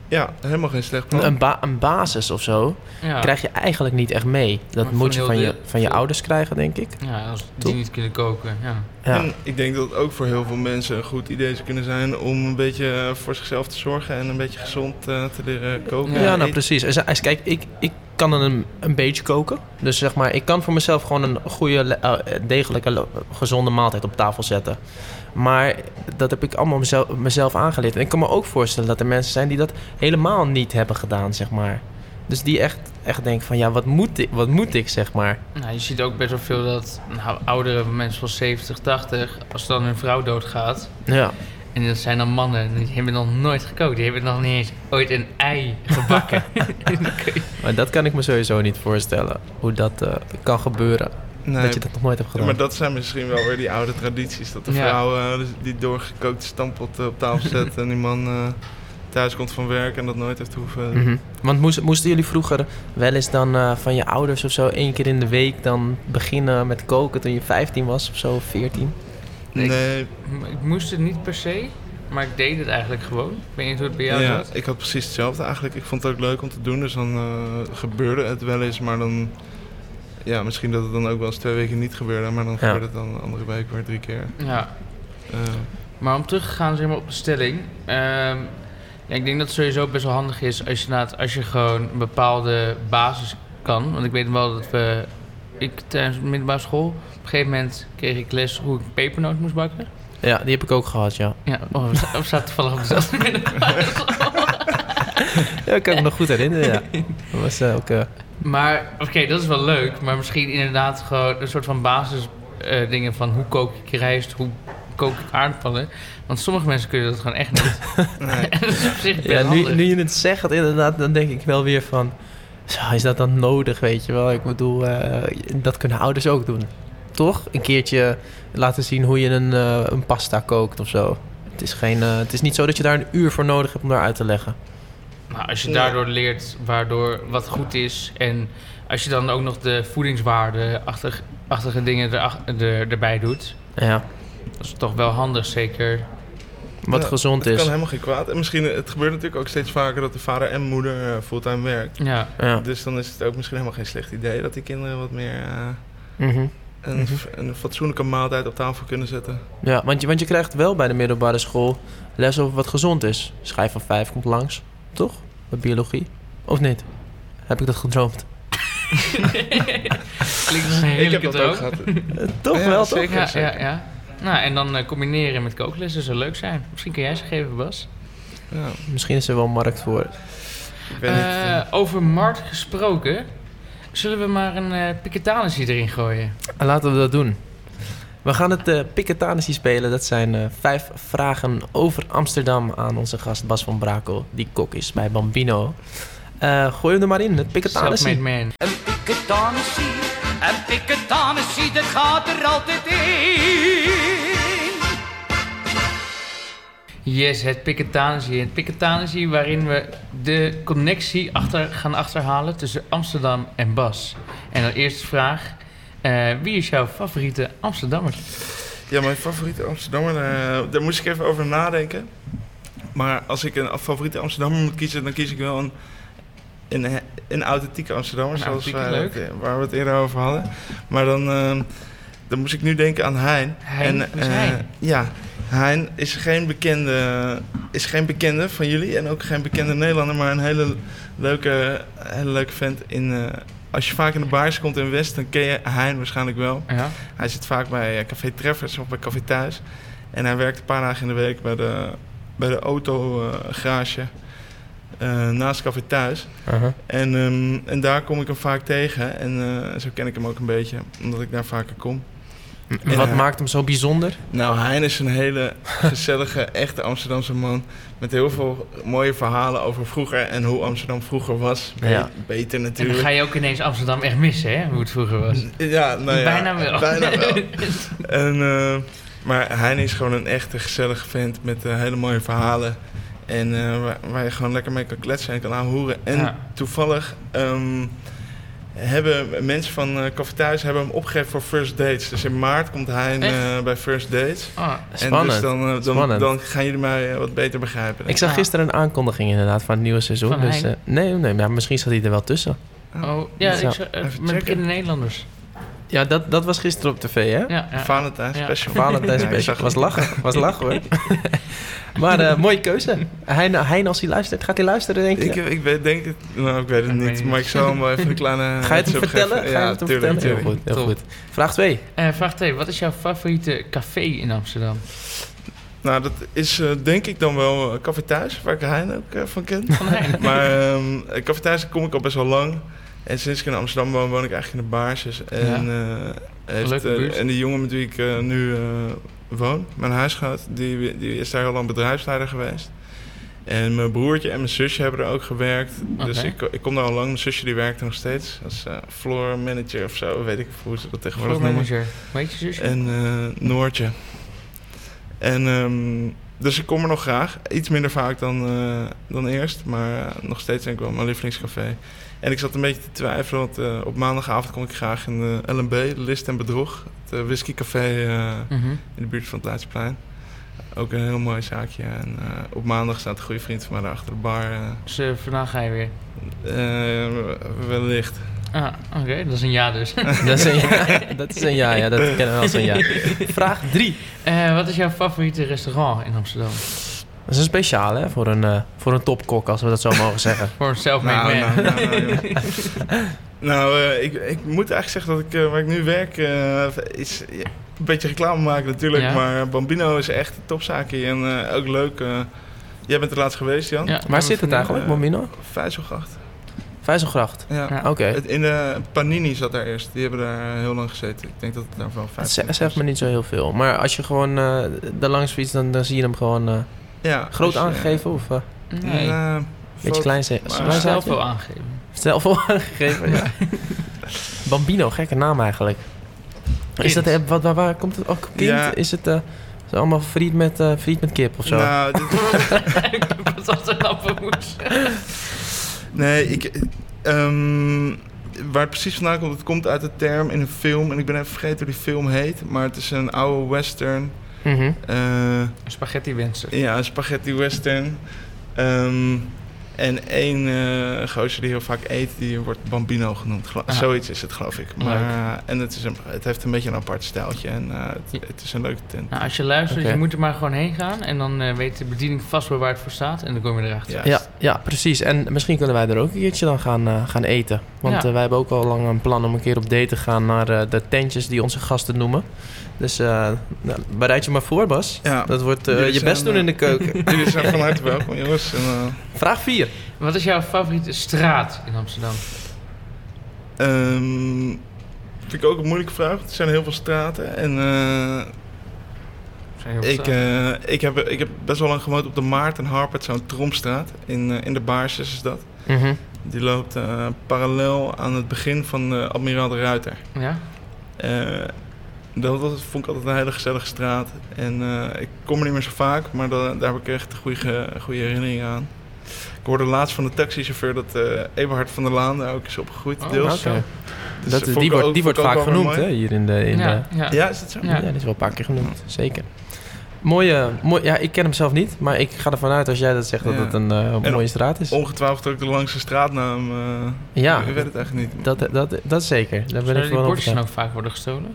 ja, helemaal geen slecht plan. Een, ba- een basis of zo Ja, krijg je eigenlijk niet echt mee. Dat Maar van moet je heel van, je de- van je veel- ouders krijgen, denk ik. ja als die Top. niet kunnen koken. Ja. Ja. En ik denk dat het ook voor heel veel mensen een goed idee zou kunnen zijn om een beetje eh, voor zichzelf te zorgen en een beetje gezond eh, te leren koken. Ja, Ja, nou Eet- precies. Er zijn- als- Kijk, ik, ik kan een, een beetje koken. Dus zeg maar, ik kan voor mezelf gewoon een goede, le- eh, degelijke, lo- gezonde maaltijd op tafel zetten. Maar dat heb ik allemaal mezelf, mezelf aangeleerd. En ik kan me ook voorstellen dat er mensen zijn die dat helemaal niet hebben gedaan, zeg maar. Dus die echt, echt denken van, ja, wat moet ik, wat moet ik zeg maar. Nou, je ziet ook best wel veel dat nou, oudere mensen van 70, 80, als dan hun vrouw doodgaat, Ja, En dat zijn dan mannen die hebben nog nooit gekookt. Die hebben nog niet eens ooit een ei gebakken. Maar dat kan ik me sowieso niet voorstellen. Hoe dat eh, kan gebeuren. Nee, dat je dat nog nooit hebt Ja, gedaan. maar dat zijn misschien wel weer die oude tradities. Dat de Ja. vrouw eh, dus die doorgekookte stampot eh, op tafel zet en die man eh, thuis komt van werk en dat nooit heeft hoeven. Mhm. Want moest- moesten jullie vroeger wel eens dan eh, van je ouders of zo één keer in de week dan beginnen met koken toen je 15 was of zo, 14? Nee. Nee, ik moest het niet per se, maar ik deed het eigenlijk gewoon. Ik weet niet hoe het bij jou ja, zat. ik had precies hetzelfde eigenlijk. Ik vond het ook leuk om te doen, dus dan eh, gebeurde het wel eens, maar dan... Ja, misschien dat het dan ook wel eens twee weken niet gebeurde, maar dan Ja. gebeurde het dan de andere week weer drie keer. Ja. Eh, Maar om terug te gaan zeg maar, op de stelling. ehm, ja, ik denk dat het sowieso best wel handig is als je, na het, als je gewoon een bepaalde basis kan. Want ik weet wel dat we... Ik tijdens de middelbare school... Op een gegeven moment kreeg ik les hoe ik pepernoot moest bakken. Ja, die heb ik ook gehad, ja. Ja, oh, we sta- we zaten toevallig op dezelfde middelbare school. Ja, dat kan ik me nog goed herinneren, ja. Dat was eh, ook... eh, Maar oké, dat is wel leuk. Maar misschien inderdaad gewoon een soort van basis eh, dingen van hoe kook ik rijst, hoe kook ik aardappelen. Want sommige mensen kunnen dat gewoon echt niet. nee. En dat is op zich best ja, nu, handig. nu je het zegt, inderdaad, dan denk ik wel weer van... Zo, is dat dan nodig, weet je wel? Ik bedoel, eh, dat kunnen ouders ook doen. Toch? Een keertje laten zien hoe je een, eh, een pasta kookt of zo. Het is, geen, eh, het is niet zo dat je daar een uur voor nodig hebt om daar uit te leggen. Nou, als je Ja. daardoor leert waardoor wat goed is en als je dan ook nog de voedingswaarde achtig- achtige dingen erach- er, erbij doet, Ja, dat is toch wel handig zeker. wat Ja, gezond Het kan is. helemaal geen kwaad. En misschien, eh, het gebeurt natuurlijk ook steeds vaker dat de vader en moeder eh, fulltime werkt. Ja, Ja. Dus dan is het ook misschien helemaal geen slecht idee dat die kinderen wat meer eh, mhm. een, een fatsoenlijke maaltijd op tafel kunnen zetten. ja want, je, want je krijgt wel bij de middelbare school les over wat gezond is. Schijf van vijf komt langs, toch? Bij biologie. Of niet? Heb ik dat gedroomd? klinkt als een ik heerlijke heb dat droom. ook gehad. Eh, toch Ja, wel, toch? zeker. Ja, ja, ja. Nou, en dan eh, combineren met kooklessen zou leuk zijn. Misschien kun jij ze geven, Bas. Ja, Misschien is er wel markt voor. ik weet niet. Eh, over markt gesproken, zullen we maar een eh piketanissie erin gooien? En Laten we dat doen. We gaan het eh Piketanissie spelen. Dat zijn eh, vijf vragen over Amsterdam aan onze gast Bas van Brakel, die kok is bij Bambino. Eh, gooi hem er maar in, het Selfmade Piketanissie. man. Een piketanissie, een piketanissie, dat gaat er altijd in. Yes, het Piketanissie. Het Piketanissie waarin we de connectie achter, gaan achterhalen tussen Amsterdam en Bas. En dan eerste vraag. eh, wie is jouw favoriete Amsterdammer? Ja, mijn favoriete Amsterdammer, eh, daar, daar moest ik even over nadenken. Maar als ik een favoriete Amsterdammer moet kiezen, dan kies ik wel een, een, een authentieke Amsterdammer. Een zoals wij authentieke, dat, eh, waar we het eerder over hadden. Maar dan, ehm, dan moest ik nu denken aan Hein. Hein, wie is eh, Hein? Ja, Hein is geen, bekende, is geen bekende van jullie en ook geen bekende Nederlander, maar een hele leuke, hele leuke vent. In, eh, als je vaak in de baars komt in West, dan ken je Hein waarschijnlijk wel. Ja. Hij zit vaak bij eh, Café Treffers of bij Café Thuis. En hij werkt een paar dagen in de week bij de, bij de autogarage eh, naast Café Thuis. Uh-huh. En, ehm, en daar kom ik hem vaak tegen. En eh, zo ken ik hem ook een beetje, omdat ik daar vaker kom. En Wat Ja. maakt hem zo bijzonder? Nou, Hein is een hele gezellige, echte Amsterdamse man. Met heel veel mooie verhalen over vroeger en hoe Amsterdam vroeger was. Be- Ja. Beter En dan natuurlijk. ga je ook ineens Amsterdam echt missen, hè? Hoe het vroeger was. Ja, nou ja, bijna wel. Bijna wel. En, eh, maar Hein is gewoon een echte gezellige vent met eh, hele mooie verhalen. En eh, waar, waar je gewoon lekker mee kan kletsen en kan aanhoeren. En Ja. toevallig ehm, hebben mensen van eh Café Thuis hebben hem opgegeven voor First Dates. Dus in maart komt Hein Echt? eh, bij First Dates. Ah, En Spannend. dus dan, eh, dan, Spannend. dan gaan jullie mij eh, wat beter begrijpen. Ik zag Ja. gisteren een aankondiging inderdaad van het nieuwe seizoen. Van dus, Hein? eh, nee, nee maar misschien zat hij er wel tussen. oh, ja, Zo, ik zou- eh, even met checken. bekende Nederlanders. Ja, dat, dat was gisteren op tv, hè? Ja, ja. Valentijn Ja. special. Valentijns Ja, ik special. zag was lachen, was lachen hoor. maar eh, mooie keuze. Hein, Hein, als hij luistert, gaat hij luisteren, denk je? Ik, ik weet, denk het, nou, ik weet het Ik weet niet, niet. maar ik zal hem wel even een kleine... Ga je het hem heads-up vertellen? geven. Ga je Ja, het hem tuurlijk, vertellen? tuurlijk. Heel goed, heel Top. goed. Vraag 2. Eh, vraag 2. Wat is jouw favoriete café in Amsterdam? Nou, dat is eh, denk ik dan wel eh, Café Thuis, waar ik Hein ook eh, van ken. Van Heijn. maar ehm, eh, Café Thuis kom ik al best wel lang. En sinds ik in Amsterdam woon, woon ik eigenlijk in de baarsjes. En, eh, heeft, Leuke eh, buurt. en die jongen met wie ik eh, nu eh, woon. Mijn huisgenoot die, die is daar heel lang bedrijfsleider geweest. En mijn broertje en mijn zusje hebben er ook gewerkt. Dus Oké. ik, ik kom daar al lang. Mijn zusje die werkt er nog steeds als eh floor manager of zo. Weet ik hoe ze dat tegenwoordig Floor noemen. manager. Weet je zusje? En eh, Noortje. En, ehm, dus ik kom er nog graag. Iets minder vaak dan, eh, dan eerst. Maar eh, nog steeds denk ik wel mijn lievelingscafé. En ik zat een beetje te twijfelen. Want eh, op maandagavond kom ik graag in de LNB, List en Bedrog. Het eh, whiskycafé eh, Mhm. in de buurt van het Leidseplein. Ook een heel mooi zaakje. En eh, op maandag staat een goede vriend van mij daar achter de bar. eh. Dus eh, vandaag ga je weer. Eh, wellicht. Ah, oké. Dat is een ja dus. Dat is een ja, dat, is een ja, ja, dat kennen we als een ja. Vraag 3. Eh, wat is jouw favoriete restaurant in Amsterdam? Dat is een speciale hè, voor, een, eh, voor een topkok, als we dat zo mogen zeggen. Voor een self-made man. nou, nou, nou, joh. Nou, eh, ik, ik moet eigenlijk zeggen dat ik, eh, waar ik nu werk, eh, is ja, een beetje reclame maken natuurlijk. Ja. Maar Bambino is echt een topzaak hier en eh, ook leuk. eh, jij bent er laatst geweest, Jan? Ja, Waar zit het eigenlijk, Momino? Vijzelgracht. Vijzelgracht. Ja. Ja. Oké. Het- In de Panini zat daar eerst. Die hebben daar heel lang gezeten. Ik denk dat het daar wel Het vijf ze- zegt me niet zo heel veel. Maar als je gewoon eh daar langs fietst, dan, dan zie je hem gewoon eh, Ja, groot dus, eh, aangegeven of eh, Nee. een, eh, een beetje foto- klein. ze- maar- klein Maar zelf zaakje? wel aangegeven. Zelf wel aangegeven, ja. Bambino, gekke naam eigenlijk. Is dat, Kind. eh, wat, waar, waar komt het ook? Kind? Ja. Is het eh, is het allemaal friet met, eh, friet met kip of zo? Nou, dit- Ik heb het altijd lappen moest. Nee, ik, ehm, waar het precies vandaan komt, het komt uit de term in een film. En ik ben even vergeten hoe die film heet. Maar het is een oude western. Mhm. eh, Spaghetti wensen. ja, een spaghetti western. Ehm, en één eh gozer die heel vaak eet, die wordt Bambino genoemd. Gelo- Ah. Zoiets is het, geloof ik. Maar, eh, en het, is een, het heeft een beetje een apart stijltje. En eh, Ja. het, het is een leuke tent. Nou, als je luistert, Oké. je moet er maar gewoon heen gaan. En dan eh, weet de bediening vast wel waar het voor staat. En dan kom je erachter. ja, ja, precies. En misschien kunnen wij er ook een keertje dan gaan, eh, gaan eten. Want Ja. eh, wij hebben ook al lang een plan om een keer op date te gaan naar eh, de tentjes die onze gasten noemen. Dus eh, nou, bereid je maar voor, Bas. Ja. Dat wordt eh, Jullie je best zijn, doen in de eh, keuken. Jullie zijn van harte welkom, jongens. En, eh, Vraag 4. Wat is jouw favoriete straat in Amsterdam? Ehm vind ik ook een moeilijke vraag. want Er zijn heel veel straten. En eh, Zijn heel ik, straat. eh, ik, heb, ik heb best wel lang gewoond op de Maart en Harpert, zo'n Tromstraat. In, eh, in de Baarsjes is dat. Mhm. Die loopt eh, parallel aan het begin van eh, Admiraal de Ruiter. Ja? Eh, dat was, vond ik altijd een hele gezellige straat. En eh, ik kom er niet meer zo vaak, maar da- daar heb ik echt goede, ge- goede herinneringen aan. Ik hoorde laatst van de taxichauffeur dat eh Eberhard van der Laan daar ook is opgegroeid, Oh, deels. oké. Dus Dat, dat vond die ik wordt, ook- die vond wordt ik vaak ook wel weer genoemd, hè? mooi. Hier in de. In de ja, ja. Ja, is dat zo? Ja. Ja. die is wel een paar keer genoemd, zeker. Mooie, mooi, ja, ik ken hem zelf niet, maar ik ga ervan uit als jij dat zegt dat Ja. het een eh, En- mooie straat is. Ongetwijfeld ook de langste straatnaam. eh Ja. Ik weet het eigenlijk niet. Dat, dat, dat zeker, daar ben Zullen ik die wel bordjes dan over. ook vaak worden gestolen?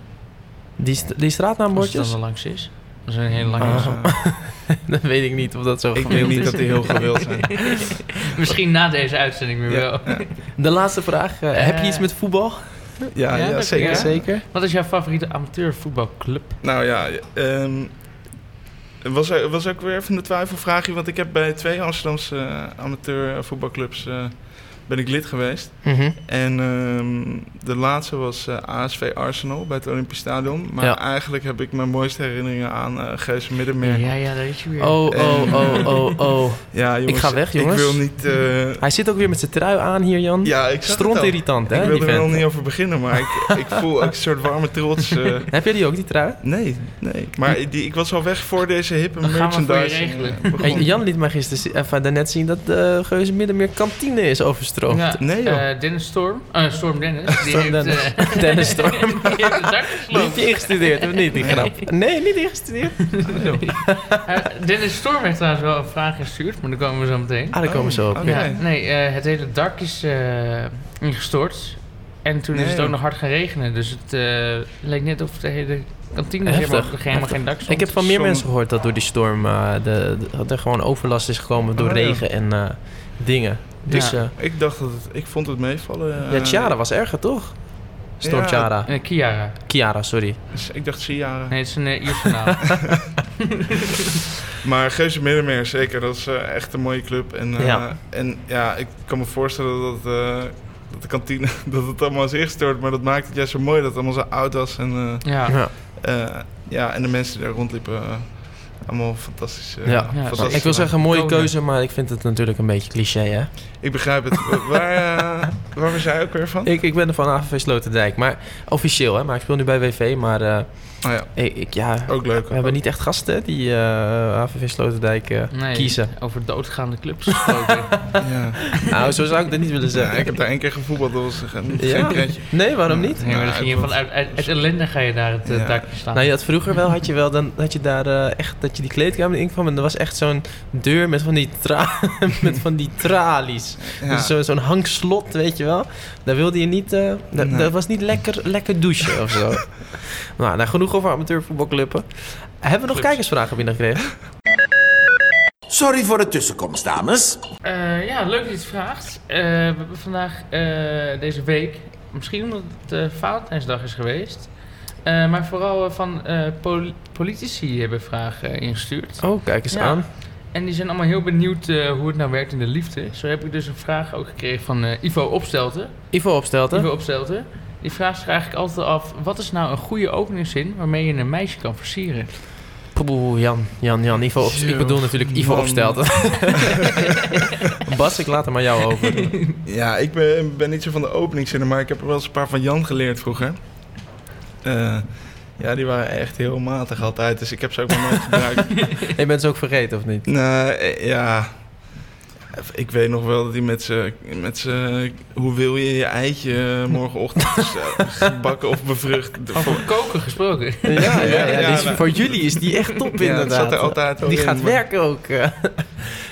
Die, st- Als die het dan straatnaambordjes? wel langs is. Dat is een hele Maar, lange Ah. straat. eh, Dat weet ik niet of dat zo ik denk gewild niet is. dat die heel gewild zijn. Misschien na deze uitzending weer wel. De laatste vraag, eh, heb je Eh, iets met voetbal? Ja, Ja, ja, dat- zeker. ja. Zeker. Wat is jouw favoriete amateurvoetbalclub? Nou ja, ehm, was, er- was ook weer even een twijfelvraagje. Want ik heb bij twee Amsterdamse eh, amateur voetbalclubs eh, ben ik lid geweest. Mhm. En ehm, de laatste was eh, ASV Arsenal bij het Olympisch Stadion. Maar Ja. eigenlijk heb ik mijn mooiste herinneringen aan eh Geuze Middenmeer. Ja, Ja, ja, daar is je weer. Oh, oh, oh, oh, oh. jongens, ga weg, jongens. Ik wil niet... eh, Hij zit ook weer met zijn trui aan hier, Jan. ja, ik zag het Stront al. irritant, hè? ik die wil er wel vent. niet over beginnen, maar ik, ik voel ook een soort warme trots. eh, Heb jij die ook, die trui? nee, nee. Maar die, ik was al weg voor deze hippe Dan gaan we voor je merchandise. regelen. eh, begon. Hey, Jan liet mij gisteren zi- even daarnet zien dat de Geuze Middenmeer kantine is overstroomd. Ja, nee, joh. eh, Dennis Storm. eh, Storm Dennis. Die oh. Storm heeft, Dennis. eh, Dennis Storm. die heeft het dak Die gesloopt. heb je ingestudeerd, of niet, die grap? Nee, niet ingestudeerd. Eh, Dennis Storm heeft trouwens wel een vraag gestuurd, maar daar komen we zo meteen. Ah, daar komen we zo op. Oh, ja. Ja, Nee. nee, eh, het hele dak is eh, ingestort. En toen Nee, is het ook joh. nog hard gaan regenen. Dus het eh, leek net of de hele kantine Heftig, helemaal, helemaal geen dak stond. Ik heb van meer Sommige- mensen gehoord dat door die storm eh, de, de- dat er gewoon overlast is gekomen door Oh, ja. regen en eh, dingen. Dus eh, Ik dacht dat het, ik vond het meevallen. eh, ja, Chiara was erger, toch? Storm Ja. Chiara. Eh, Kiara. Chiara, sorry. dus Ik dacht Ciara. Nee, het is een uh, Ierse naam. Maar Geuze Middenmeer, zeker. Dat is eh, echt een mooie club. En, eh, Ja. en ja, ik kan me voorstellen dat, eh, dat de kantine dat het allemaal is ingestort. Maar dat maakt het juist zo mooi dat het allemaal zo oud was. En, eh, ja. Ja. eh, ja, en de mensen die daar rondliepen, eh, allemaal fantastisch. eh, Ja. Ja, fantastisch Ik wil zeggen, een mooie Koning. keuze, maar ik vind het natuurlijk een beetje cliché, hè? Ik begrijp het. Wa- waar, eh, waar was jij ook weer van? Ik, ik ben er van AVV Sloterdijk, maar officieel, hè? Maar ik speel nu bij WV, maar eh, Oh ja, ik, ik- ja, ook leuk. we hebben niet echt gasten hè, die eh, AVV Sloterdijk eh, Nee, kiezen. Over doodgaande clubs gesproken. Ja. Nou, zo zou ik dat niet willen Ja, zeggen. ik heb daar één keer gevoetbald, dat was geen geen Ja? pretje. Nee, waarom niet? Nee, maar dan Nou, ging je ik van wil- uit, uit, uit ellende ga je daar het eh, Ja. dakje staan. Nou, je had vroeger wel, had je wel, dan had je daar eh, echt, dat je die kleedkamer in kwam en er was echt zo'n deur met van die, tra met van die tralies. Ja. Dus zo- zo'n hangslot, weet je wel. Daar wilde je niet, eh, da- Nee. dat was niet lekker, lekker douchen of zo. nou, nou, genoeg over amateurvoetbalclubben. Hebben we nog kijkersvragen binnengekregen? Sorry voor de tussenkomst, dames. Eh, ja, leuk dat je het vraagt. Eh, we hebben vandaag, eh, deze week, misschien omdat het eh Valentijnsdag is geweest, eh, maar vooral eh, van eh, pol- politici hebben vragen eh, ingestuurd. Oh, kijk eens Ja. aan. En die zijn allemaal heel benieuwd eh, hoe het nou werkt in de liefde. Zo heb ik dus een vraag ook gekregen van eh, Ivo Opstelten. Ivo opstelte. Ivo Opstelten. Die vraagt zich eigenlijk altijd af, wat is nou een goede openingszin waarmee je een meisje kan versieren? Poeh, Jan, Jan, Jan. Ivo Opst- Ik Zo, bedoel natuurlijk Ivo man. opstelte. Bas, ik laat hem aan jou over. Ja, ik ben, ben niet zo van de openingszinnen, maar ik heb er wel eens een paar van Jan geleerd vroeger. Eh, ja, die waren echt heel matig altijd, dus ik heb ze ook nog nooit gebruikt. je bent ze ook vergeten, of niet? Nee, eh, ja. Ik weet nog wel dat hij met z'n... met z'n- Hoe wil je je eitje eh, morgenochtend dus, eh, gebakken of bevrucht? De- Over koken gesproken. Ja, ja, ja. ja, die is- nou. Voor jullie is die echt top, Ja, dat inderdaad. zat er altijd al die in, gaat maar- werken ook. eh.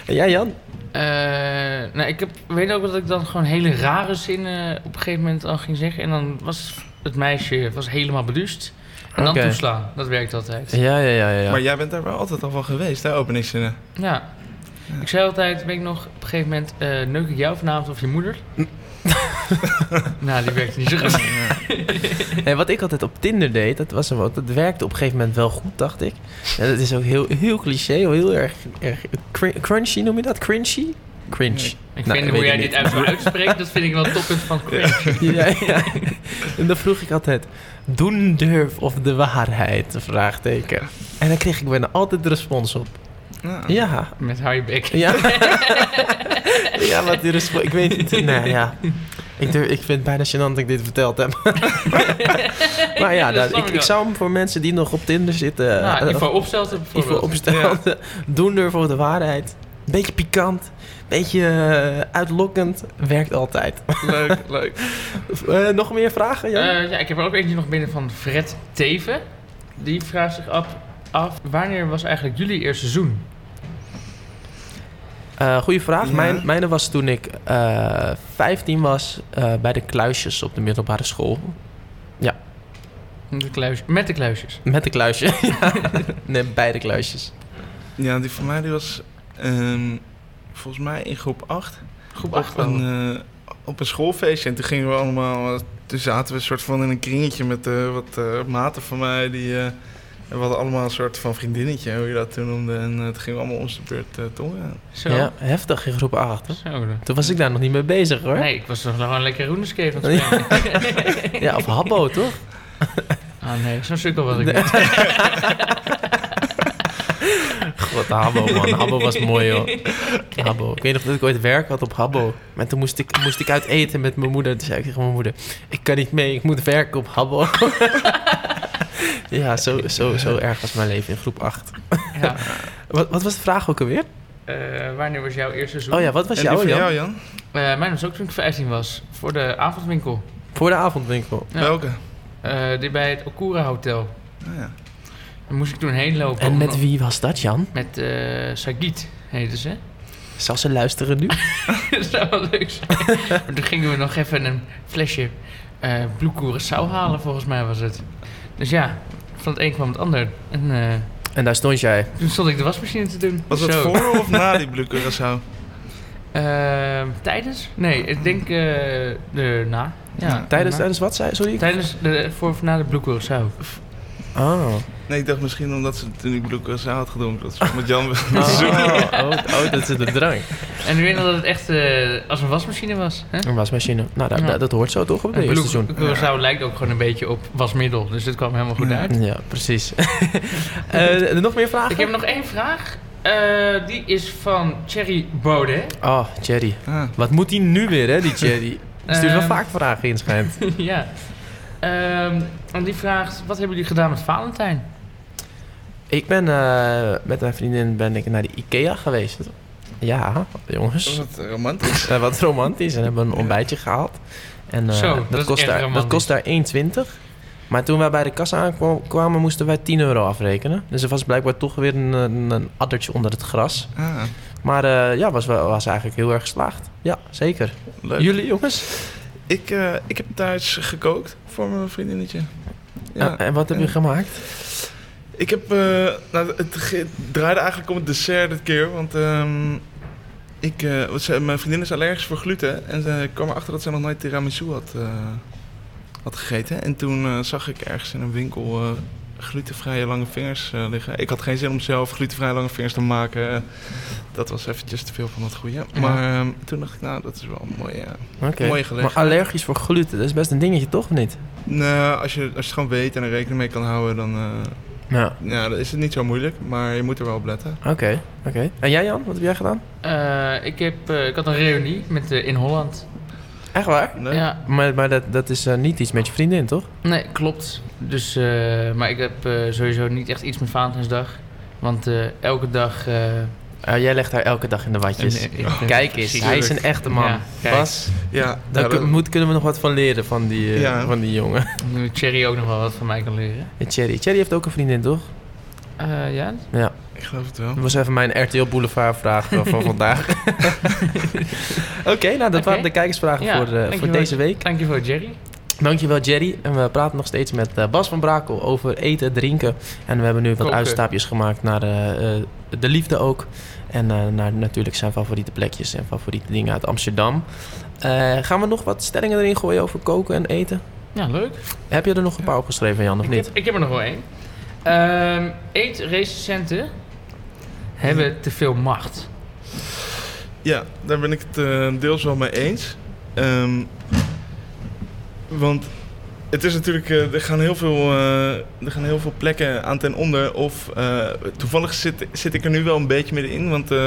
En jij, Jan? Eh, nou, ik heb, weet ook dat ik dan gewoon hele rare zinnen op een gegeven moment al ging zeggen. En dan was het meisje was helemaal beduust. En dan Oké. toeslaan, dat werkt altijd. Ja. Ja, ja, ja, ja. Maar jij bent daar wel altijd al van geweest, hè, openingszinnen? Ik zei altijd, weet ik nog, op een gegeven moment eh neuk ik jou vanavond of je moeder. nou, die werkt niet zo goed. Hey, wat ik altijd op Tinder deed, dat, was wat, dat werkte op een gegeven moment wel goed, dacht ik. En dat is ook heel, heel cliché, heel erg, erg cr- crunchy noem je dat? Crunchy? Cringe. Ik Nou, vind ik hoe weet jij het dit uit uitspreekt, dat vind ik wel het toppunt van cringe. ja, ja. En dan vroeg ik altijd, doen durf of de waarheid? Vraagteken. En dan kreeg ik bijna altijd de respons op. Ja. Ja, Met hou je bek. Ja. ja, wat die respons... Ik weet niet. Nou ja. Ik, durf, ik vind het bijna gênant dat ik dit verteld heb. maar ja, Dat dat- snap ik ik, ik wel. zou hem voor mensen die nog op Tinder zitten... Nou, eh, Ivo Opstelten of Ivo bijvoorbeeld. opstellen. Doen durven voor de waarheid. Beetje pikant. Beetje eh, uitlokkend. Werkt altijd. Leuk, leuk. Eh, nog meer vragen, Jan? Eh, ja, ik heb er ook eentje nog binnen van Fred Teven. Die vraagt zich af, af wanneer was eigenlijk jullie eerste seizoen? Eh, goeie vraag. Ja. Mijn, mijne was toen ik eh 15 was eh, bij de kluisjes op de middelbare school. Met de, kluis, met de kluisjes. Met de kluisje. Ja. nee, bij de kluisjes. Ja, die van mij die was ehm, volgens mij in groep 8. Groep Op 8 een, eh, op een schoolfeestje. En toen gingen we allemaal... eh, Toen zaten we soort van in een kringetje met eh, wat eh, maten van mij. Die, eh, we hadden allemaal een soort van vriendinnetje, hoe je dat toen noemde. En eh, toen gingen we allemaal om zijn beurt eh tongen. Zo. Ja, heftig in groep 8. Zo. dan. Toen was ik daar nog niet mee bezig hoor. Nee, ik was nog gewoon lekker roenescape aan het spelen. Ja, of Habbo toch? Ah nee, zo'n sukkel was ik Nee. niet. God, Habbo man. Habbo was mooi hoor. Habbo. Ik weet nog dat ik ooit werk had op Habbo. Maar toen moest ik, moest ik uit eten met mijn moeder. Toen zei ik tegen mijn moeder, ik kan niet mee, ik moet werken op Habbo. ja, zo, zo, zo erg was mijn leven in groep 8. Ja. Wat, wat was de vraag ook alweer? Eh, wanneer was jouw eerste seizoen? Oh ja, wat was En die jouw van Jan? jou, Jan? Eh, mijn was ook toen ik 15 was. Voor de avondwinkel. Voor de avondwinkel. Ja. Welke? Eh, die bij het Okura Hotel. Ah, ja. Daar moest ik toen heen lopen. En om- met wie was dat Jan? Met eh, Sagit heette ze. Zal ze luisteren nu? Dat zou wel leuk zijn. Maar toen gingen we nog even een flesje eh Blue Curaçao halen, volgens mij was het. Dus ja, van het een kwam het ander. En eh, En daar stond jij. toen stond ik de wasmachine te doen. Was dat Zo. voor of na die Blue Curaçao? Ehm, tijdens? Nee, ik denk eh erna. Ja, Tijdens, erna. tijdens wat zei Sorry? Tijdens de, voor of na de Blue Curaçao. Oké, Oh. Nee, ik dacht misschien omdat ze toen ik bloekrosé had gedronken. Dat ze met Jan Oh, oh, oh, dat zit de drank. En nu weet nog dat het echt eh, als een wasmachine was. Hè? Een wasmachine. Nou, dat, Ja. dat, dat hoort zo toch op het Een eerste bloed- seizoen. Curaçao lijkt ook gewoon een beetje op wasmiddel, dus dit kwam helemaal goed uit. Ja, precies. Eh, nog meer vragen? Ik heb nog één vraag. Eh, die is van Thierry Baudet. Oh, Thierry. Ah. Wat moet hij nu weer, hè, die Thierry? Hij Stuurt wel Ehm. vaak vragen in, schijnt. ja. Ehm, en die vraagt, wat hebben jullie gedaan met Valentijn? Ik ben eh, met mijn vriendin ben ik naar de Ikea geweest. Ja, jongens. Wat romantisch. Eh, wat romantisch. En hebben een Ja. ontbijtje gehaald. En eh, Zo, dat, dat is kost echt daar, dat romantisch. kost daar 1,20. Maar toen wij bij de kassa aankwamen, moesten wij 10 euro afrekenen. Dus er was blijkbaar toch weer een, een, een addertje onder het gras. Ah, Maar eh, ja, was, wel- was eigenlijk heel erg geslaagd. Ja, zeker. leuk. Jullie jongens? Ik, eh, ik heb thuis gekookt voor mijn vriendinnetje. Ja. Eh, en wat heb je gemaakt? Ik heb. eh, nou, het ge- het draaide eigenlijk om het dessert dit keer. Want ehm, ik, eh, wat ze- mijn vriendin is allergisch voor gluten. En ze- ik kwam erachter dat ze nog nooit tiramisu had, eh, had gegeten. En toen eh, zag ik ergens in een winkel eh, glutenvrije lange vingers eh, liggen. Ik had geen zin om zelf glutenvrije lange vingers te maken. Eh, dat was eventjes te veel van het goede. Maar ehm, toen dacht ik, nou, dat is wel een mooie. eh, Oké. Mooi gelegd. Maar allergisch voor gluten, dat is best een dingetje, toch of niet? Nou, als je, als je het gewoon weet en er rekening mee kan houden, dan, eh, Ja. ja, dan is het niet zo moeilijk. Maar je moet er wel op letten. Oké, oké. En jij Jan, wat heb jij gedaan? Eh, ik, heb, eh, ik had een reunie met, eh, in Holland. Echt waar? Leuk. Ja, Maar, maar dat, dat is eh, niet iets met je vriendin, toch? nee, klopt. Dus, eh, maar ik heb eh, sowieso niet echt iets met Valentijnsdag. Want eh, elke dag... eh, Eh, jij legt haar elke dag in de watjes. een- ik- Kijk eens, hij is een echte man. Ja, kijk. Bas, Ja, daar ja, kun- dat- moet, kunnen we nog wat van leren van die, eh, Ja. van die jongen. Nu Thierry ook nog wel wat van mij kan leren. En Thierry. Thierry heeft ook een vriendin, toch? Eh, ja, Ja, ik geloof het wel. dat was even mijn RTL Boulevard vraag eh, van vandaag. Oké, nou dat Oké. waren de kijkersvragen Ja, voor, eh, voor dankjewel. deze week. dankjewel Jerry. Dankjewel Jerry. En we praten nog steeds met eh, Bas van Brakel over eten, drinken. En we hebben nu wat Koken. uitstapjes gemaakt naar eh, eh, de liefde ook. En eh, naar natuurlijk zijn favoriete plekjes en favoriete dingen uit Amsterdam. Eh, gaan we nog wat stellingen erin gooien over koken en eten? Ja, leuk. Heb je er nog een paar opgeschreven, Jan, of Ik niet? heb, ik heb er nog wel één. Ehm eetrecensenten hebben te veel macht. Ja, daar ben ik het eh, deels wel mee eens. Ehm, want het is natuurlijk, eh, er, gaan heel veel, eh, er gaan heel veel plekken aan ten onder. Of eh, toevallig zit, zit ik er nu wel een beetje middenin. Want eh,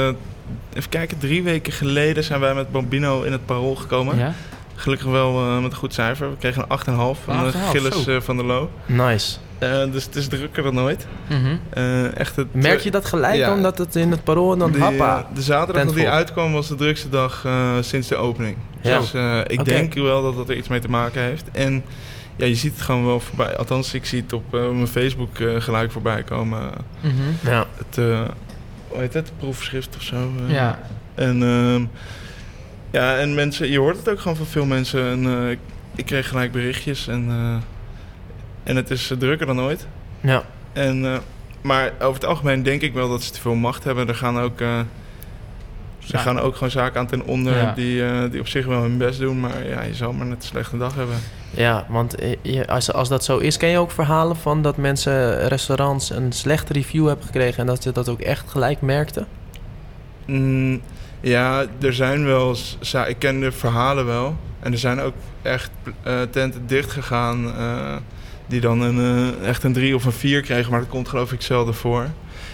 even kijken, drie weken geleden zijn wij met Bambino in het parool gekomen. Ja? Gelukkig wel eh, met een goed cijfer. We kregen een 8,5 Een van eh, 8,5, Gilles zo. eh, van der Loo. Nice. Eh, dus het is drukker dan ooit. Mhm. Eh, echt het, Merk je dat gelijk Ja. omdat het in het parool en dan Die, happa? eh, de zaterdag dat die Tentvol. uitkwam was de drukste dag eh, sinds de opening. Ja. Dus eh, ik Oké. denk wel dat dat er iets mee te maken heeft. En ja, je ziet het gewoon wel voorbij. Althans, ik zie het op eh, mijn Facebook eh, gelijk voorbij komen. mhm. Ja. Het, eh, hoe heet het? Proefschrift of zo. eh. Ja. En, ehm, ja, en mensen, je hoort het ook gewoon van veel mensen. En, eh, ik- ik kreeg gelijk berichtjes en, eh, en het is eh, drukker dan ooit. ja. En, eh, maar over het algemeen denk ik wel dat ze te veel macht hebben. Er gaan ook, eh, er gaan ook gewoon zaken aan ten onder Ja. die, eh, die op zich wel hun best doen. Maar ja, je zal maar net een slechte dag hebben. Ja, want eh, je- als, als dat zo is, ken je ook verhalen van dat mensen restaurants een slechte review hebben gekregen en dat ze dat ook echt gelijk merkten? Mm, ja, er zijn wel... s- za- Ik ken de verhalen wel. En er zijn ook echt eh, tenten dichtgegaan... eh, die dan een, eh, echt een drie of een vier kregen. Maar dat komt geloof ik zelden voor.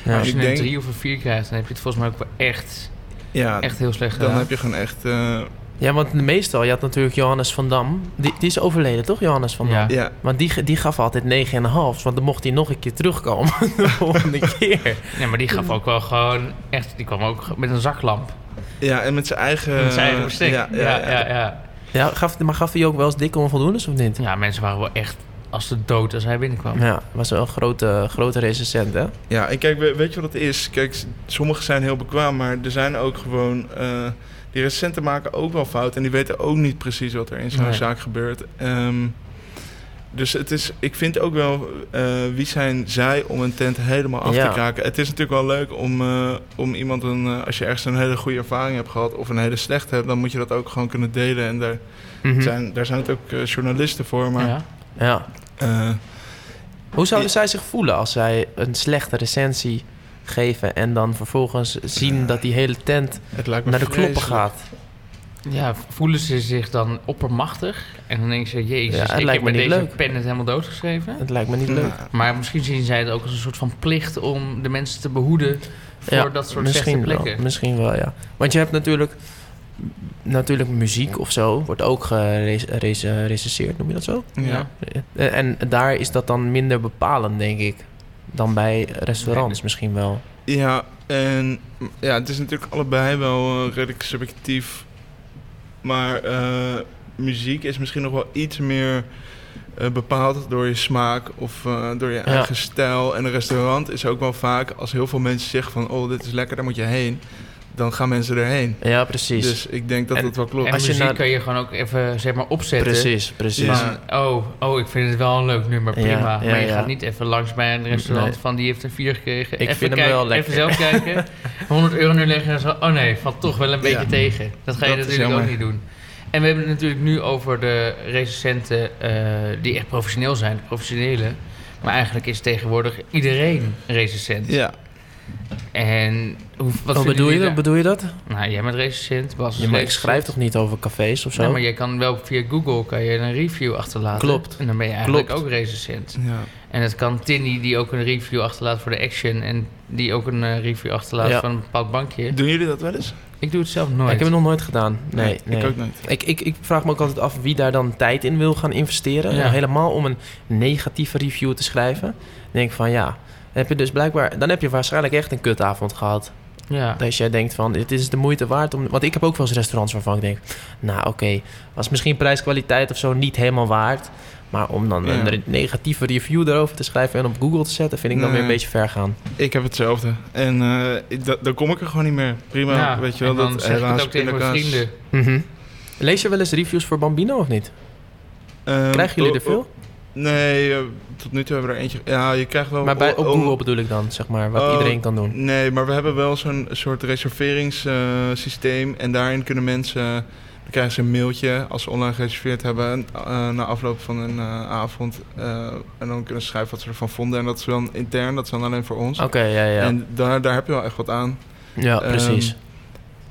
Ja. Als je ik een denk- drie of een vier krijgt, dan heb je het volgens mij ook wel echt, Ja, echt heel slecht dan gedaan. heb je gewoon echt... eh, Ja, want meestal, je had natuurlijk Johannes van Dam. Die, die is overleden, toch, Johannes van Dam? Ja. ja, Want die, ge- die gaf altijd 9,5, want dan mocht hij nog een keer terugkomen de volgende keer. Nee, maar die gaf ook wel gewoon echt, die kwam ook met een zaklamp. ja, en met zijn eigen... met zijn eigen bestek. Eh, Ja, ja, ja, ja, ja. Ja, gaf, maar gaf hij ook wel eens dikke onvoldoendes of niet? Ja, mensen waren wel echt als de dood als hij binnenkwam. Ja, was wel een grote, grote recensent, hè? Ja, en kijk, we- weet je wat het is? Kijk, s- sommigen zijn heel bekwaam, maar er zijn ook gewoon... eh, die recenten maken ook wel fout en die weten ook niet precies wat er in zo'n Nee. zaak gebeurt. Ehm, dus het is, ik vind ook wel, eh, wie zijn zij om een tent helemaal af Ja. te kraken? Het is natuurlijk wel leuk om, eh, om iemand, een, eh, als je ergens een hele goede ervaring hebt gehad of een hele slechte hebt, dan moet je dat ook gewoon kunnen delen. En daar Mhm. zijn, daar zijn het ook eh, journalisten voor, maar... Ja. Ja, Eh, Hoe zouden zij zich voelen als zij een slechte recensie geven en dan vervolgens zien dat die hele tent Het lijkt me naar de kloppen vreselijk. gaat? Ja, voelen ze zich dan oppermachtig? En dan denken ze, Ja, jezus, het ik lijkt heb me met niet deze leuk. pen het helemaal doodgeschreven. Het lijkt me niet leuk. Maar misschien zien zij het ook als een soort van plicht om de mensen te behoeden voor dat soort slechte misschien plekken. Wel, misschien wel, ja. Want je hebt natuurlijk, natuurlijk muziek of zo, wordt ook gerecenseerd, noem je dat zo? Ja. Eh, En daar is dat dan minder bepalend, denk ik, dan bij restaurants misschien wel. Ja, en ja, het is natuurlijk allebei wel eh, redelijk subjectief. Maar eh, muziek is misschien nog wel iets meer eh, bepaald door je smaak of eh, door je Ja. eigen stijl. En een restaurant is ook wel vaak, als heel veel mensen zeggen van... oh, dit is lekker, daar moet je heen. Dan gaan mensen erheen. Ja, precies. Dus ik denk dat En- dat wel klopt. En Als je muziek naar- kan je gewoon ook even zeg maar opzetten. precies, precies. Ja. Van, oh, oh, ik vind het wel een leuk nummer, prima. Ja, ja, maar je ja. gaat niet even langs bij een restaurant Nee. van die heeft een 4 gekregen. Ik even vind hem kijken, wel Even zelf kijken. 100 euro nu leggen en zo. Oh nee, valt toch wel een beetje Ja. tegen. Dat ga je Dat is natuurlijk ook jammer. niet doen. En we hebben het natuurlijk nu over de recensenten eh, die echt professioneel zijn, de professionele. Maar eigenlijk is tegenwoordig iedereen recensent. Ja, En hoe, wat Oh, vinden bedoel, je jullie dat, bedoel je dat? daar- Nou, jij bent recensent, Bas is Ja, maar ik recensent. schrijf toch niet over cafés of zo? Nee, maar je kan wel via Google kan je een review achterlaten. Klopt. En dan ben je eigenlijk Klopt. ook recensent. ja. En het kan Tinny die ook een review achterlaat voor de Action en die ook een eh, review achterlaat Ja. van een bepaald bankje. Doen jullie dat wel eens? Ik doe het zelf nooit. Ik heb het nog nooit gedaan. Nee, nee. Ik ook niet. Ik, ik, ik vraag me ook altijd af wie daar dan tijd in wil gaan investeren. Ja. Helemaal om een negatieve review te schrijven. Dan denk ik van ja, heb je dus blijkbaar, dan heb je waarschijnlijk echt een kutavond gehad. ja. Dat jij denkt van dit is de moeite waard om. Want ik heb ook wel eens restaurants waarvan ik denk, nou oké, was misschien prijskwaliteit of zo niet helemaal waard. Maar om dan Ja. een re- negatieve review daarover te schrijven en op Google te zetten, vind ik dan Nee. weer een beetje ver gaan. Ik heb hetzelfde. En eh, ik- da- dan kom ik er gewoon niet meer. Prima, Ja, weet je wel. en dan dat zeg ik het helaas ook tegen mijn pindakaas. vrienden. Mhm. Lees je wel eens reviews voor Bambino of niet? Ehm, Krijgen jullie er oh, oh, veel? Nee, eh, tot nu toe hebben we er eentje. Ja, je krijgt wel. Maar bij, op oh, Google bedoel ik dan, zeg maar, wat Oh, iedereen kan doen. Nee, maar we hebben wel zo'n soort reserveringssysteem. en daarin kunnen mensen. Dan krijgen ze een mailtje als ze online gereserveerd hebben. eh, na afloop van een eh, avond. eh, en dan kunnen ze schrijven wat ze ervan vonden. En dat is dan intern, dat is dan alleen voor ons. Oké, ja, Oh, ja. En daar, daar heb je wel echt wat aan. ja, Ehm, precies.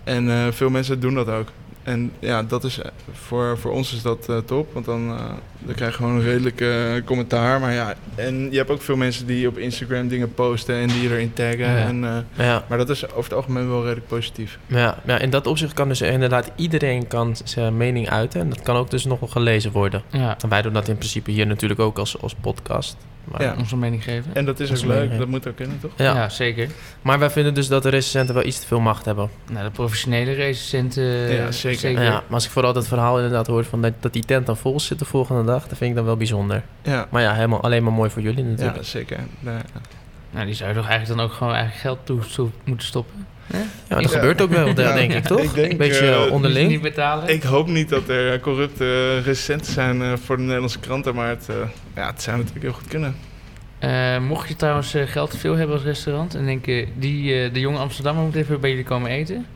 En eh, veel mensen doen dat ook. En ja, dat is, eh, voor, voor ons is dat eh, top, want dan, eh, dan krijg je gewoon een redelijk eh, commentaar. Maar ja, en je hebt ook veel mensen die op Instagram dingen posten en die je erin taggen. Ja. En, eh, ja, maar dat is over het algemeen wel redelijk positief. ja, ja, in dat opzicht kan dus inderdaad iedereen kan zijn mening uiten. En dat kan ook dus nog wel gelezen worden. Ja, En wij doen dat in principe hier natuurlijk ook als, als podcast. Maar, Ja. onze mening geven. En dat is Dat ook is leuk, leuk, dat moet ook kunnen, toch? Ja. Ja, zeker. maar wij vinden dus dat de recensenten wel iets te veel macht hebben. Nou, de professionele recensenten. Ja, zeker. Ja, maar als ik vooral dat verhaal inderdaad hoor van dat, dat die tent dan vol zit de volgende dag, dat vind ik dan wel bijzonder. Ja, Maar ja, helemaal, alleen maar mooi voor jullie ja, natuurlijk. zeker. Daar- Nou, die zou je toch eigenlijk dan ook gewoon eigen geld toe, toe moeten stoppen. Ja, maar dat Ja. gebeurt ook wel, Ja. denk ik, toch? Ik denk, een beetje eh, eh, onderling. Niet betalen. Ik hoop niet dat er eh, corrupte eh, recenten zijn eh, voor de Nederlandse kranten, maar het, eh, ja, het zou natuurlijk heel goed kunnen. Eh, mocht je trouwens eh, geld te veel hebben als restaurant en denken, die, eh, de jonge Amsterdammer moet even bij jullie komen eten.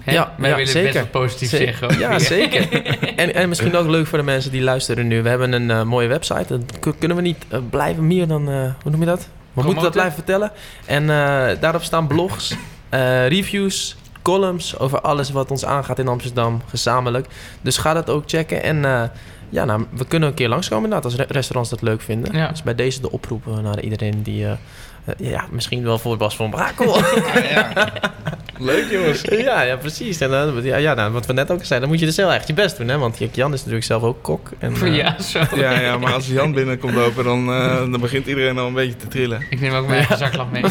Hè? Ja, wij ja, willen zeker. best wel positief Zeker. zeggen. Ja, zeker. En, en misschien ook leuk voor de mensen die luisteren nu. We hebben een eh, mooie website. Dat k- kunnen we niet eh, blijven meer dan... eh, hoe noem je dat? We moeten Promoten? dat blijven vertellen. En eh, daarop staan blogs, eh, reviews, columns... over alles wat ons aangaat in Amsterdam, gezamenlijk. Dus ga dat ook checken. En eh, ja, nou, we kunnen een keer langskomen inderdaad... als re- restaurants dat leuk vinden. Ja. Dus bij deze de oproep eh, naar iedereen die... eh, eh, ja, misschien wel voor Bas van Brakel. Leuk jongens. Ja, ja, precies. En dan, ja, ja, nou, wat we net ook zeiden, dan moet je dus heel erg je best doen, hè? Want Jan is natuurlijk zelf ook kok. En, eh, Ja, zo. Ja, ja, maar als Jan binnenkomt lopen, dan, eh, dan begint iedereen al een beetje te trillen. Ik neem ook mijn eigen zaklamp mee.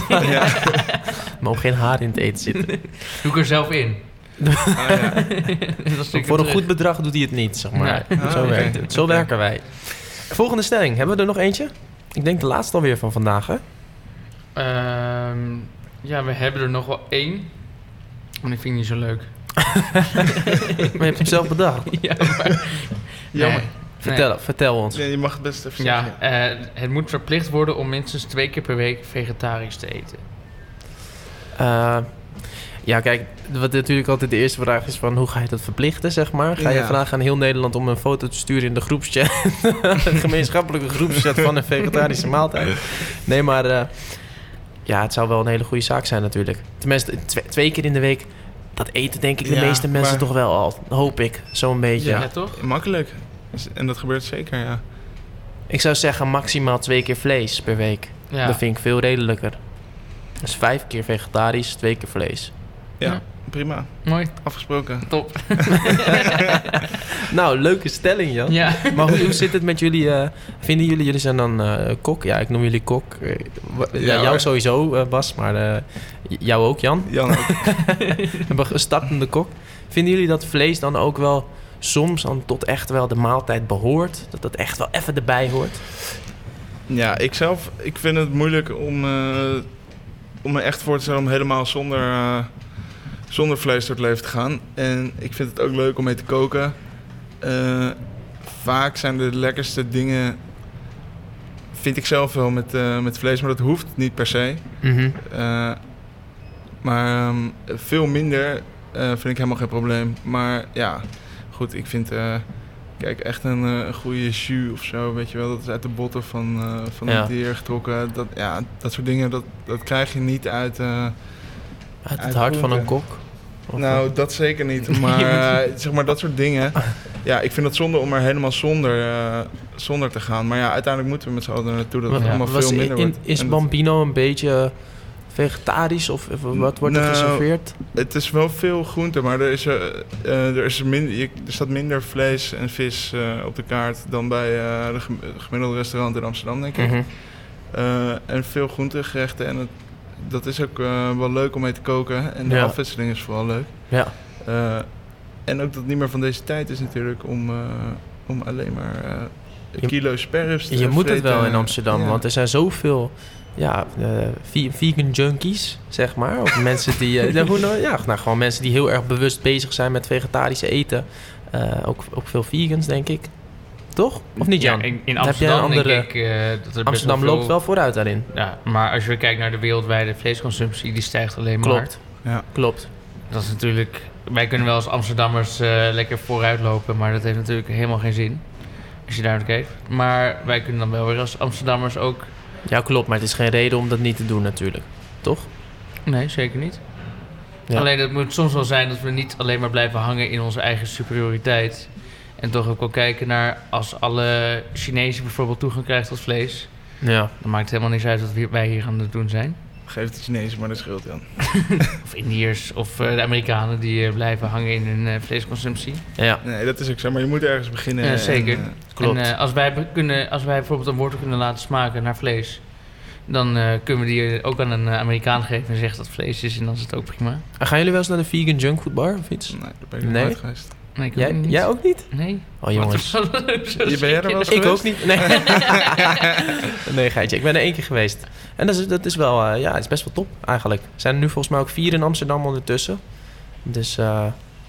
mogen geen haar in het eten zitten. Doe ik er zelf in. Ah, ja. Dan stuur ik hem Voor een terug. goed bedrag doet hij het niet, zeg maar. Nee. Zo Ah, oké. werkt het. Zo werken wij. Volgende stelling. Hebben we er nog eentje? Ik denk de laatste alweer van vandaag, hè? Ehm, ja, we hebben er nog wel één. Maar die vind ik niet zo leuk. Maar je hebt hem zelf bedacht. Ja, maar... Jammer. Nee. Vertel, vertel ons. Ja, je mag het best even Ja, zeggen. eh, het moet verplicht worden om minstens twee keer per week vegetarisch te eten. Eh, Ja, kijk, wat natuurlijk altijd de eerste vraag is van hoe ga je dat verplichten, zeg maar? Ga je Ja. vragen aan heel Nederland om een foto te sturen in de groepschat, gemeenschappelijke groepschat van een vegetarische maaltijd? Nee, maar eh, ja, het zou wel een hele goede zaak zijn natuurlijk. Tenminste, tw- twee keer in de week, dat eten denk ik de Ja, meeste mensen maar- toch wel al, hoop ik, zo'n beetje. Ja. Ja, toch? Makkelijk. Dus, En dat gebeurt zeker, ja. Ik zou zeggen maximaal twee keer vlees per week. Ja. Dat vind ik veel redelijker. Dus vijf keer vegetarisch, twee keer vlees. Ja, Ja. prima. Mooi, Afgesproken. top. Nou, leuke stelling, Jan. Ja. Maar hoe, hoe zit het met jullie? eh, vinden jullie, jullie zijn dan eh, kok? Ja, ik noem jullie kok. Eh, wa- ja, Ja, jou hoor. sowieso, eh, Bas, maar eh, j- jou ook, Jan. Jan ook. Een be- startende kok. Vinden jullie dat vlees dan ook wel soms dan tot echt wel de maaltijd behoort? Dat dat echt wel even erbij hoort? Ja, ik zelf ik vind het moeilijk om, eh, om me echt voor te stellen om helemaal zonder, eh, zonder vlees door het leven te gaan. En ik vind het ook leuk om mee te koken. Eh, vaak zijn de lekkerste dingen, vind ik zelf wel, met, eh, met vlees, maar dat hoeft niet per se. Mhm. Eh, maar ehm, veel minder eh, vind ik helemaal geen probleem. Maar ja, goed, ik vind... eh, kijk, echt een eh, goede jus of zo, weet je wel. Dat is uit de botten van, eh, van Ja. het dier getrokken. Dat, ja, dat soort dingen, dat, dat krijg je niet uit... eh, Uit het Uit hart van een hoeren. kok? Of- nou, dat zeker niet. Maar eh, zeg maar dat soort dingen. Ja, ik vind het zonde om er helemaal zonder, eh, zonder te gaan. Maar ja, uiteindelijk moeten we met z'n allen er naartoe dat het Wa- allemaal was veel in- minder in- wordt. is En dat- Bambino een beetje eh, vegetarisch of, of wat wordt er Nou, geserveerd? Het is wel veel groente, maar er, is, eh, eh, er, is min, je- er staat minder vlees en vis eh, op de kaart dan bij eh de gem- gemiddelde restaurant in Amsterdam, denk ik. Mhm. Eh, en veel groentegerechten en het, dat is ook eh, wel leuk om mee te koken. En de Ja. afwisseling is vooral leuk. Ja. Eh, en ook dat het niet meer van deze tijd is natuurlijk om, eh, om alleen maar eh Je- kilo sperrips te Je Eh, moet het vreten. wel in Amsterdam, Ja. want er zijn zoveel ja, eh, ve- vegan junkies, zeg maar. Of mensen die, eh, hoe nou, ja, nou, gewoon mensen die heel erg bewust bezig zijn met vegetarische eten. Eh, ook, ook veel vegans, denk ik. Toch? Of niet, Jan? Ja, in, in Heb jij een Amsterdam andere- denk ik eh, dat er best Amsterdam veel- loopt wel vooruit daarin. Ja, maar als je weer kijkt naar de wereldwijde vleesconsumptie, die stijgt alleen maar. Klopt. Ja. Klopt. Dat is natuurlijk... Wij kunnen wel als Amsterdammers eh, lekker vooruit lopen, maar dat heeft natuurlijk helemaal geen zin. Als je daar naar kijkt. Maar wij kunnen dan wel weer als Amsterdammers ook... Ja, klopt, maar het is geen reden om dat niet te doen natuurlijk. Toch? Nee, zeker niet. Ja. Alleen het moet soms wel zijn dat we niet alleen maar blijven hangen in onze eigen superioriteit. En toch ook wel kijken naar als alle Chinezen bijvoorbeeld toegang krijgen tot vlees. Ja. Dan maakt het helemaal niks uit wat we- wij hier aan het doen zijn. Geef het de Chinezen maar de schuld aan. Of Indiërs of eh, de Amerikanen die eh, blijven hangen in hun eh, vleesconsumptie. Ja. Nee, dat is ook zo, maar je moet ergens beginnen. Ja, en, zeker. eh, Klopt. En eh, als, wij be- kunnen, als wij bijvoorbeeld een wortel kunnen laten smaken naar vlees, dan eh, kunnen we die eh, ook aan een eh, Amerikaan geven en zeggen dat het vlees is en dan is het ook prima. En gaan jullie wel eens naar de vegan junkfood bar of iets? nee, daar ben ik nog Nee? nooit geweest. Nee, ik Jij, ook niet. jij ook niet? Nee. Oh jongens. Wat zou dat zo Je ben jij er wel eens Ik geweest? ook niet. Nee. nee, geitje. Ik ben er één keer geweest. En dat is, dat is wel, eh, ja, het is best wel top eigenlijk. Er zijn er nu volgens mij ook vier in Amsterdam ondertussen. Dus eh,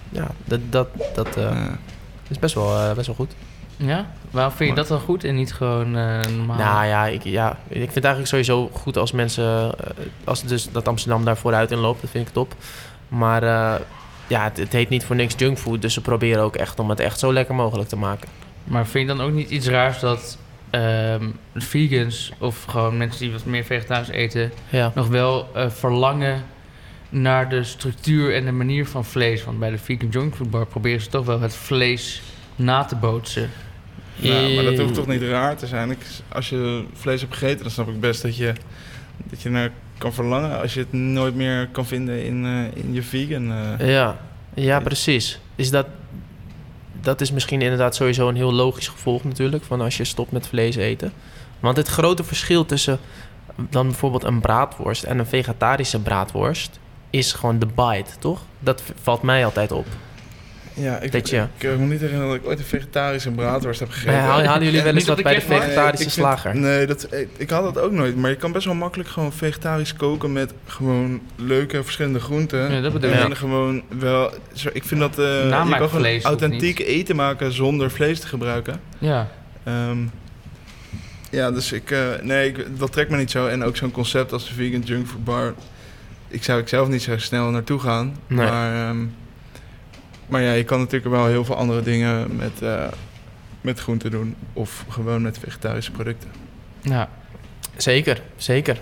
ja, dat, dat, dat eh, Ja. is best wel, eh, best wel goed. zijn? Ja? Waarom vind je dat dan goed en niet gewoon eh, normaal? Nou ja ik, ja, ik vind het eigenlijk sowieso goed als mensen, eh, als dus dat Amsterdam daar vooruit in loopt, dat vind ik top. Maar eh, ja, het, het heet niet voor niks junkfood, dus ze proberen ook echt om het echt zo lekker mogelijk te maken. Maar vind je dan ook niet iets raars dat ehm, vegans of gewoon mensen die wat meer vegetarisch eten Ja. nog wel eh, verlangen naar de structuur en de manier van vlees? Want bij de vegan junkfood bar proberen ze toch wel het vlees na te bootsen. Nou, maar dat hoeft toch niet raar te zijn. Ik, als je vlees hebt gegeten, dan snap ik best dat je, dat je naar kan verlangen. Als je het nooit meer kan vinden in, eh, in je vegan. eh. Ja, ja precies. Is dat, dat is misschien inderdaad sowieso een heel logisch gevolg natuurlijk... van als je stopt met vlees eten. Want het grote verschil tussen dan bijvoorbeeld een braadworst... en een vegetarische braadworst is gewoon de bite, toch? Dat v- valt mij altijd op. ja, ik, dat je- ik, eh, moet niet zeggen dat ik ooit een vegetarische braadworst heb gegeten. Maar halen, halen jullie wel eens Niet op wat de bij de kerstmarkt. Maar, eh, vegetarische ik vind- slager? nee, dat, ik, ik had dat ook nooit. Maar je kan best wel makkelijk gewoon vegetarisch koken met gewoon leuke verschillende groenten. Ja, dat bedoel en ik. dan gewoon wel... zo- Ik vind dat... eh, je kan gewoon Namaakvlees, of authentiek eten maken zonder vlees te gebruiken. Ja. Ehm, ja, dus ik... eh, nee, ik- dat trekt me niet zo. En ook zo'n concept als de vegan junk food bar... ik zou ik zelf niet zo snel naartoe gaan. Nee. Maar, ehm, maar ja, je kan natuurlijk wel heel veel andere dingen met, eh met groenten doen. Of gewoon met vegetarische producten. Ja. Zeker, zeker.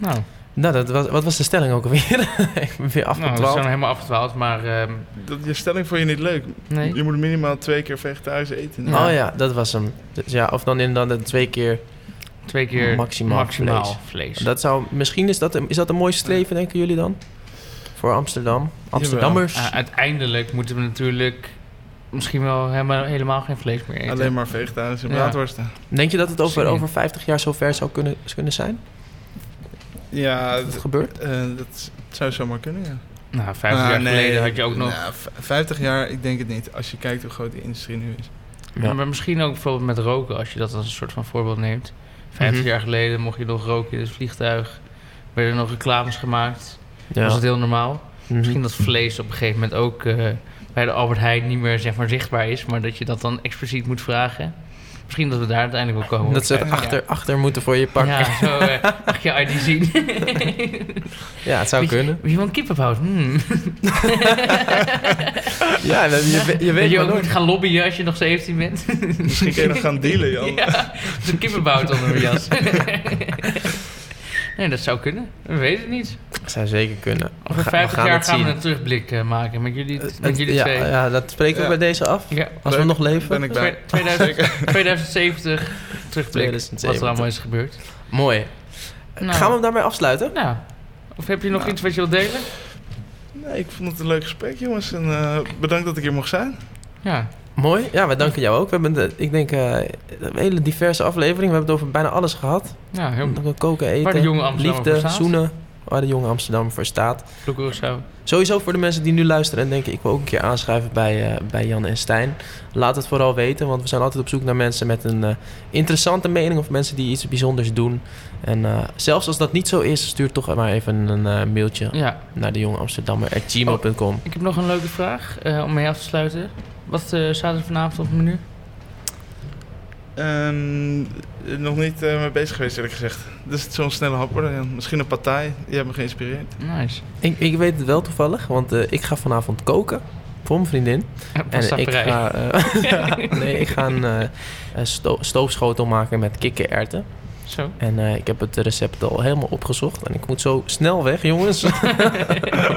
Nou, Nou, dat was, wat was de stelling ook alweer? ik ben weer nou, we afgedwaald. zijn helemaal afgedwaald, maar... ehm, Dat, je stelling vond je niet leuk. nee. Je moet minimaal twee keer vegetarisch eten. Ja. Oh ja, dat was hem. Dus ja, of dan inderdaad twee keer. Twee keer Maximaal maximaal, vlees. vlees. Dat zou, misschien is dat, een, is dat een mooi streven, denken jullie dan? Voor Amsterdam. Amsterdammers. Ah, uiteindelijk moeten we natuurlijk misschien wel helemaal, helemaal geen vlees meer eten. Alleen maar vegetarische Ja. braadworsten. Denk je dat het over, Zin in. over 50 jaar zover zou kunnen, kunnen zijn? Ja, Dat het d- gebeurt? eh, dat zou zomaar kunnen, ja. Nou, 50 jaar Ah, nee, geleden had je ook nog... nou, v- 50 jaar, ik denk het niet. Als je kijkt hoe groot die industrie nu is. Ja. Maar misschien ook bijvoorbeeld met roken, als je dat als een soort van voorbeeld neemt. 50 Mhm. jaar geleden mocht je nog roken in het vliegtuig. Werden er nog reclames gemaakt. Ja. Was het heel normaal. Mhm. Misschien dat vlees op een gegeven moment ook eh, bij de Albert Heijn niet meer zeg maar, zichtbaar is. Maar dat je dat dan expliciet moet vragen. Misschien dat we daar uiteindelijk wel komen. dat ze het achter, achter moeten voor je pak. Ja, Ja, zo eh, mag je ID zien. het zou Weet je- kunnen. Weet je wel een kippenbout? Hmm. Ja, je, je, je Dat weet je maar ook nooit. moet gaan lobbyen als je nog 17 bent. Misschien kun je nog gaan dealen, Jan. ja, zo'n kippenbout onder mijn jas. nee, dat zou kunnen. We weten het niet. Dat zou zeker kunnen. We Over ga- 50 jaar het gaan we zien. een terugblik eh, maken met jullie, Het- met jullie ja, twee. Ja. ja, dat spreken we Ja. bij deze af. Als we Leuk, nog leven. Ben ik bij. Twee- 2000 2070 terugblik. Wat 2070. er allemaal is gebeurd. Mooi. Nou. Gaan we hem daarmee afsluiten? Nou, of heb je Nou. nog iets wat je wilt delen? Nee, ik vond het een leuk gesprek, jongens. En eh, bedankt dat ik hier mocht zijn. Ja, Mooi. Ja, wij danken jou ook. We hebben, de- ik denk, eh, een hele diverse aflevering. We hebben het over bijna alles gehad. ja nou, heel Dan koken, eten, Waar de jonge Amsterdammer voor liefde, staat. zoenen. Waar de jonge Amsterdam voor staat. vloekerig zo. Sowieso voor de mensen die nu luisteren en denken... ik wil ook een keer aanschrijven bij, eh, bij Jan en Stijn. Laat het vooral weten, want we zijn altijd op zoek naar mensen... met een eh, interessante mening of mensen die iets bijzonders doen. En eh, zelfs als dat niet zo is, stuur toch maar even een eh, mailtje... Ja, Oh. naar de jonge Amsterdammer at gmail.com. ik heb nog een leuke vraag eh, om mee af te sluiten. Wat eh, staat er vanavond op het menu? Ehm, nog niet eh, mee bezig geweest, eerlijk gezegd. Dus het is zo'n snelle hap worden, Jan. Misschien een partij. Je hebt me geïnspireerd. Nice. Ik, ik weet het wel toevallig, want eh, ik ga vanavond koken voor mijn vriendin. Ja, En ik pastaperij. ga, eh, nee, ik ga een eh, een sto- stoofschotel maken met kikkererwten. Zo. En eh, ik heb het recept al helemaal opgezocht. En ik moet zo snel weg, jongens.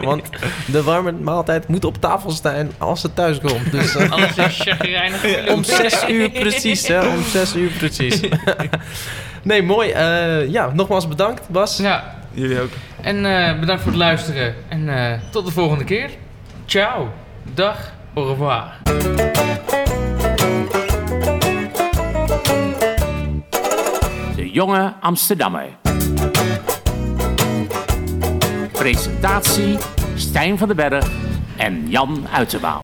Want de warme maaltijd moet op tafel staan als ze thuis komt. Dus eh, Alles is chagrijnig. om zes uur precies, hè. Om zes uur precies. nee, mooi. Eh, ja, nogmaals bedankt, Bas. Ja, Jullie ook. en eh, bedankt voor het luisteren. En eh, tot de volgende keer. Ciao. Dag. Au revoir. De Jonge Amsterdammer. Presentatie Stijn van den Berg en Jan Uiterwaal.